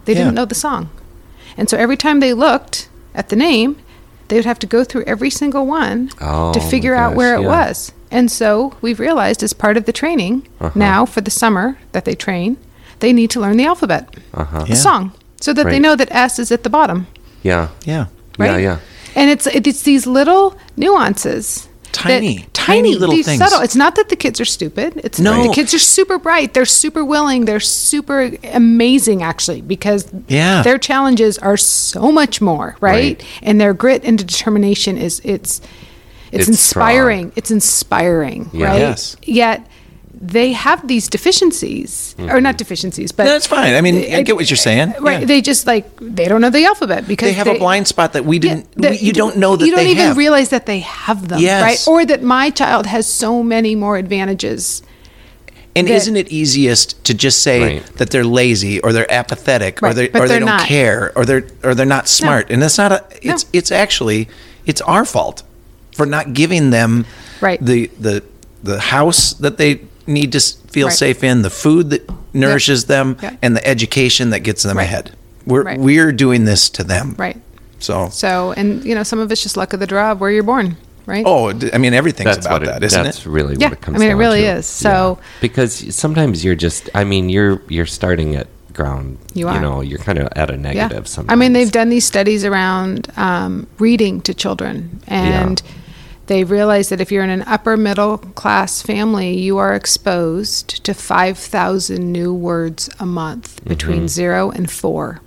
They didn't
Yeah.
know the song. And so every time they looked at the name, they would have to go through every single one
Oh,
to
my
figure out where
gosh,
it
yeah.
was. And so we've realized as part of the training
Uh-huh.
now for the summer that they train, they need to learn the alphabet, the
Yeah.
song, so that they
Uh-huh. Right.
know that S is at the bottom,
yeah.
yeah
Yeah,
right?
yeah.
And it's it's these little nuances. that-
Tiny, tiny little
these
things.
Subtle. It's not that the kids are stupid. It's
No.
the kids are super bright. They're super willing. They're super amazing, actually, because
Yeah.
their challenges are so much more, right? And their grit and determination is it's
It's
it's, inspiring. It's inspiring, right?
Yes.
Yet they have these deficiencies, or not deficiencies, but
Mm-hmm. that's fine i mean i get what you're saying
right?
Yeah.
They just like they don't know the alphabet because
they have a blind spot that we
yeah,
didn't.
that-
we, you don't know that
you don't
they
even
have.
realize that they have them,
Yes.
right? Or that my child has so many more advantages.
and
that-
is isn't it easiest to just say
Right.
that they're lazy or they're apathetic or
Right,
they
but
or they
they're
don't
not.
care or they're or they're not smart? And that's not a. It's it's actually it's our fault for not giving them
Right.
the the the house that they need to s- feel
Right.
safe in, the food that nourishes them,
Yeah.
and the education that gets them
Right.
ahead. We're
Right.
we're doing this to them,
Right.
So.
So, and you know, some of it's just luck of the draw of where you're born, right?
Oh, d- I mean, everything's
That's
about
what it,
that, isn't
that's
it?
really
Yeah,
what it comes
I mean, it
down
really
to.
is. So-
Yeah. because sometimes you're just I mean, you're you're starting at ground
You are.
know, you're kind of at a
yeah.
negative sometimes.
I mean, they've done these studies around um, reading to children, and they realize that if you're in an upper middle class family, you are exposed to 5,000 new words a
Mm-hmm.
month between zero and four.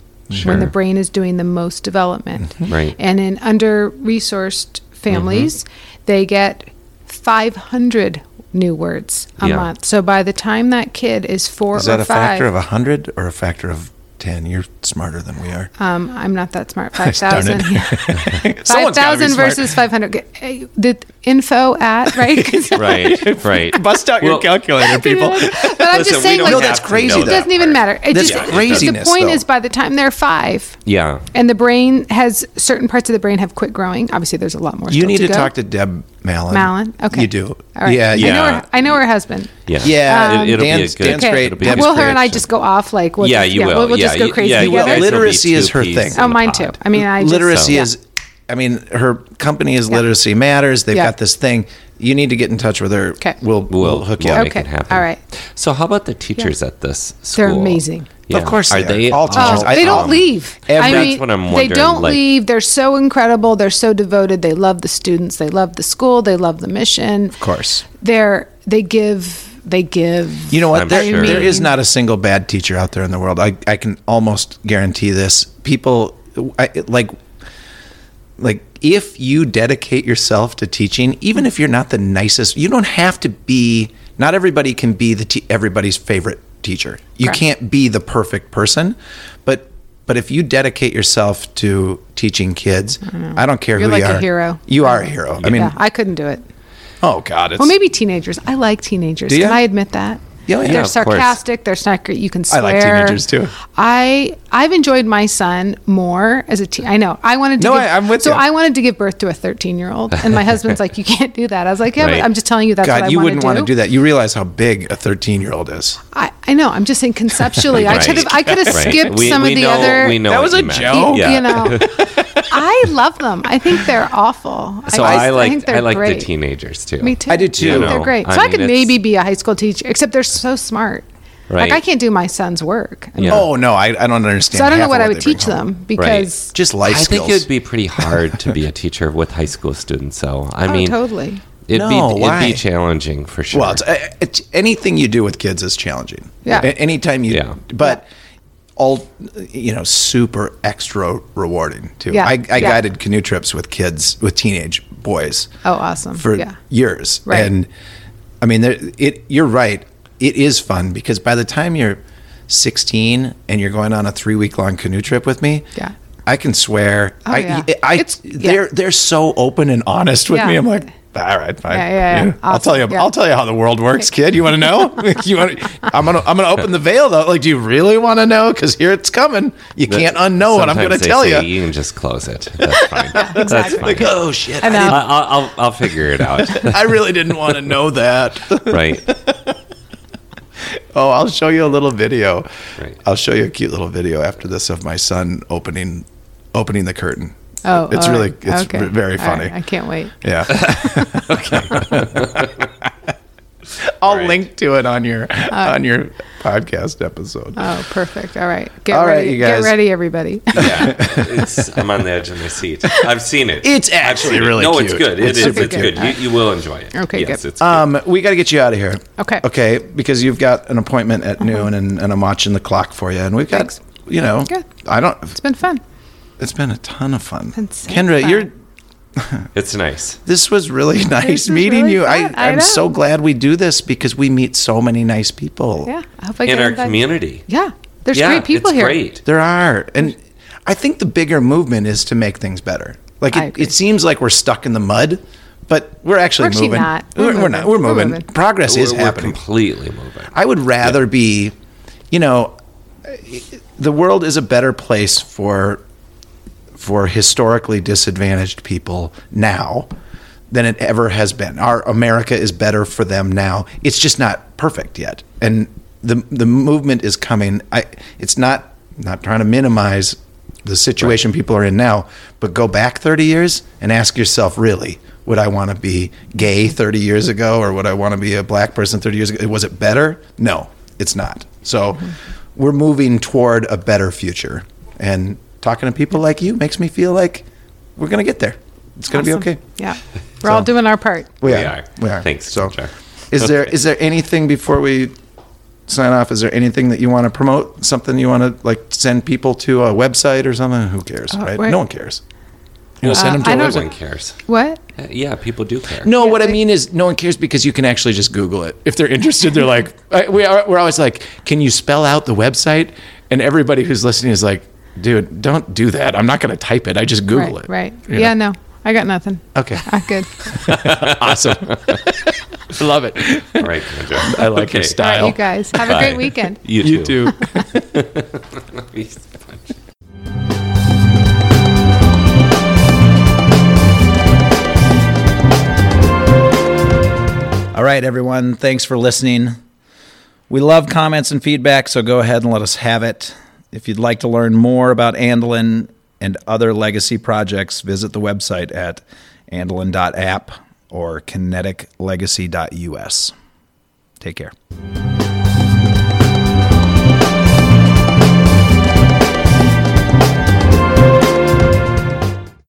When the brain is doing the most development.
Mm-hmm. Right.
And in under resourced families,
Mm-hmm.
they get 500 new words a
Yeah.
month. So by the time that kid is four
Is
or
that a
five,
factor of 100 or a factor of 10? You're smarter than we are.
Um, I'm not that smart. 5,000.
Someone's gotta be
5,000
smart.
versus 500. Get- eh, The info at, right? 'Cause-
Right, right.
Bust out
Well-
your calculator, people.
but I'm
Listen,
just
we
saying,
don't
like,
No, that's
have to
crazy,
know
it
that
doesn't even
part.
matter. It
That's
just,
craziness,
The point
though.
is, by the time they're five,
Yeah.
and the brain has certain parts of the brain have quit growing. Obviously, there's a lot more.
You
still
need to
go.
talk to Deb Mallon.
Malin. Okay,
You do.
All right.
Yeah,
I
yeah.
know her, I know her husband.
Yeah.
Yeah,
it, will
Um, Dan's-
be a good.
Dan's
Okay.
great.
It'll be a
Dan's
good
Will her and I
reaction.
just go off like we'll
yeah,
just,
you will.
We'll, we'll
yeah,
just go
you-
crazy
yeah, you
together.
guys will be
Literacy is
two
her
peas
thing.
in
Oh,
a
mine
pod.
too. I mean, I just,
literacy
yeah.
is i mean her company is literacy matters they've
Yeah.
got this thing you need to get in touch with her
'Kay.
we'll, we'll
We'll
hook you
we'll
up
Make
Okay.
it happen.
All right.
So how about the teachers at this school?
They're amesing.
Yeah.
Of course
are
they are.
they
All
Oh,
teachers. I-
they don't
um,
leave.
every-
I
That's
mean,
what I'm
they
wondering,
don't
like-
leave. They're so incredible. They're so devoted. They love the students. They love the school. They love the mission. Of
course.
They're they give they give.
you know what
I'm
there,
sure.
there is not a single bad teacher out there in the world i, I can almost guarantee this people I, like like if you dedicate yourself to teaching even if you're not the nicest you don't have to be not everybody can be the te- everybody's favorite teacher you
Correct.
can't be the perfect person but but if you dedicate yourself to teaching kids i don't, care
You're
who
like
you
a
are
hero.
you are a hero i mean
yeah, I couldn't do it.
oh god it's
Well, maybe teenagers. I like teenagers.
Do ya?
Can I admit that?
Yeah, yeah,
they're
course.
of
sarcastic. They're snarky. You can
I
swear.
like teenagers, too.
I I've enjoyed my son more as a teen. I know. I wanted to.
No,
give,
I- I'm with
So
you.
I wanted to give birth to a 13 year old, and my husband's like, "You can't do that." I was like, "Yeah,
Right.
but I'm just telling you that's what I
god you
wanna
wouldn't want to do that you realize how big a 13 year old is
I, I know. I'm just saying conceptually, I could have I could have
Right.
skipped
We-
some
we
of the
know-
other.
We know
That
what
was a
you meant.
joke.
You,
Yeah.
you know, I love them. I think they're awful.
So
just-
I
think
like
they're
I like the
great.
teenagers too.
Me too.
I do, too.
I think
You
they're
know,
great. So
I
I,
mean,
could
it's-
maybe be a high school teacher, except they're so smart.
Right.
Like I can't do my son's work. I mean,
Yeah.
oh no i, I don't understand
So I don't know
half
what
of
I would
they bring
teach
home.
them because
just life
I
skills
think it'd be pretty hard to be a teacher with high school students. So I
oh,
mean,
totally.
it'd
No,
be
why?
it'd be challenging for sure.
Well, it's, uh, it's, anything you do with kids is challenging.
Yeah.
A- anytime you,
Yeah.
but all, you know, super extra rewarding too.
Yeah.
I, I
Yeah.
guided canoe trips with kids, with teenage boys
Oh, awesome.
for
yeah.
years.
Right.
And I mean, there, it, you're right. It is fun because by the time you're 16 and you're going on a three week long canoe trip with me,
Yeah.
I can swear.
Oh,
I,
yeah.
I,
It's- yeah.
they're, they're so open and honest with
Yeah.
me. I'm like, all right, fine.
Yeah, yeah, yeah.
I'll tell you.
Awesome. Yeah.
I'll tell you how the world works, kid. You want to know? you want? I'm gonna. I'm gonna open the veil though. Like, do you really want to know? Because here it's coming. You can't unknow what I'm
Sometimes
gonna
they
tell
say,
you.
You can just close it. That's fine. That's fine.
Like, oh shit!
I
I,
know.
I- I'll, I'll, I'll figure it out.
I really didn't want to know that.
right.
oh, I'll show you a little video.
Right.
I'll show you a cute little video after this of my son opening opening the curtain.
Oh,
it's
all
really
right.
it's
Okay.
v- very
All right.
funny.
I can't wait.
Yeah. okay. I'll link to it on your on your podcast episode.
Oh, perfect. All right. Get
All right,
ready.
you guys.
Get ready, everybody.
Yeah. It's, I'm on the edge of my seat. I've seen it.
It's
I've
actually
seen it.
really
no. It's
cute.
good. It
It's
is.
super
It's
cute.
good. You, you will enjoy it.
Okay,
Yes,
good.
it's
um, we got to get you out of here.
Okay. Uh-huh.
Okay, because you've got an appointment at noon, and, and I'm watching the clock for you, and we've got
Thanks.
you know
Good.
I don't.
It's been fun.
It's been a ton of fun.
been so
Kendra,
fun.
you're
it's nice.
this was really nice
was
meeting
really
you.
fun.
I,
I
I'm
know.
so glad we do this because we meet so many nice people.
Yeah. I hope I
In
get
our
invited.
community.
Yeah. There's
yeah,
great people
it's
here.
Great.
There are. And I think the bigger movement is to make things better. Like
I
it,
agree.
it seems like we're stuck in the mud, but we're actually
We're actually
moving.
not.
We're,
We're
we're
moving.
not. We're
We're
moving.
moving.
Progress is
we're, we're
happening.
completely moving.
I would rather be, you know, the world is a better place for for historically disadvantaged people now than it ever has been. Our America is better for them now. It's just not perfect yet, and the the movement is coming. I it's not not trying to minimize the situation people are in now, but go back 30 years and ask yourself really would I want to be gay 30 years ago or would I want to be a black person 30 years ago? Was it better? No, it's not. So we're moving toward a better future. And talking to people like you makes me feel like we're going to get there. It's going to
Awesome.
be okay.
Yeah. We're all
So-
doing our part.
We
We
are.
are.
We are.
Thanks,
So
Ginger.
is there is there anything before we sign off? Is there anything that you want to promote? Something you want to like send people to a website or something? Who cares, right?
wait.
No one cares. You know, send them to
Uh, I
a
don't-
website.
Everyone cares.
What?
Uh, Yeah, people do care.
No, what I mean is no one cares because you can actually just Google it. If they're interested, they're like, I, we are, we're always like, can you spell out the website? And everybody who's listening is like, dude, don't do that. I'm not going to type it. I just Google
right,
it.
right.
You
Yeah,
know?
no, I got nothing.
Okay.
I'm good.
Awesome. Love it.
All right, Kendra.
I
Okay.
like your
All right,
style.
you guys have a
Bye.
great weekend.
You too.
You too.
All right, everyone. Thanks for listening. We love comments and feedback, so go ahead and let us have it. If you'd like to learn more about Andelin and other legacy projects, visit the website at andelin.app or kineticlegacy.us. Take care.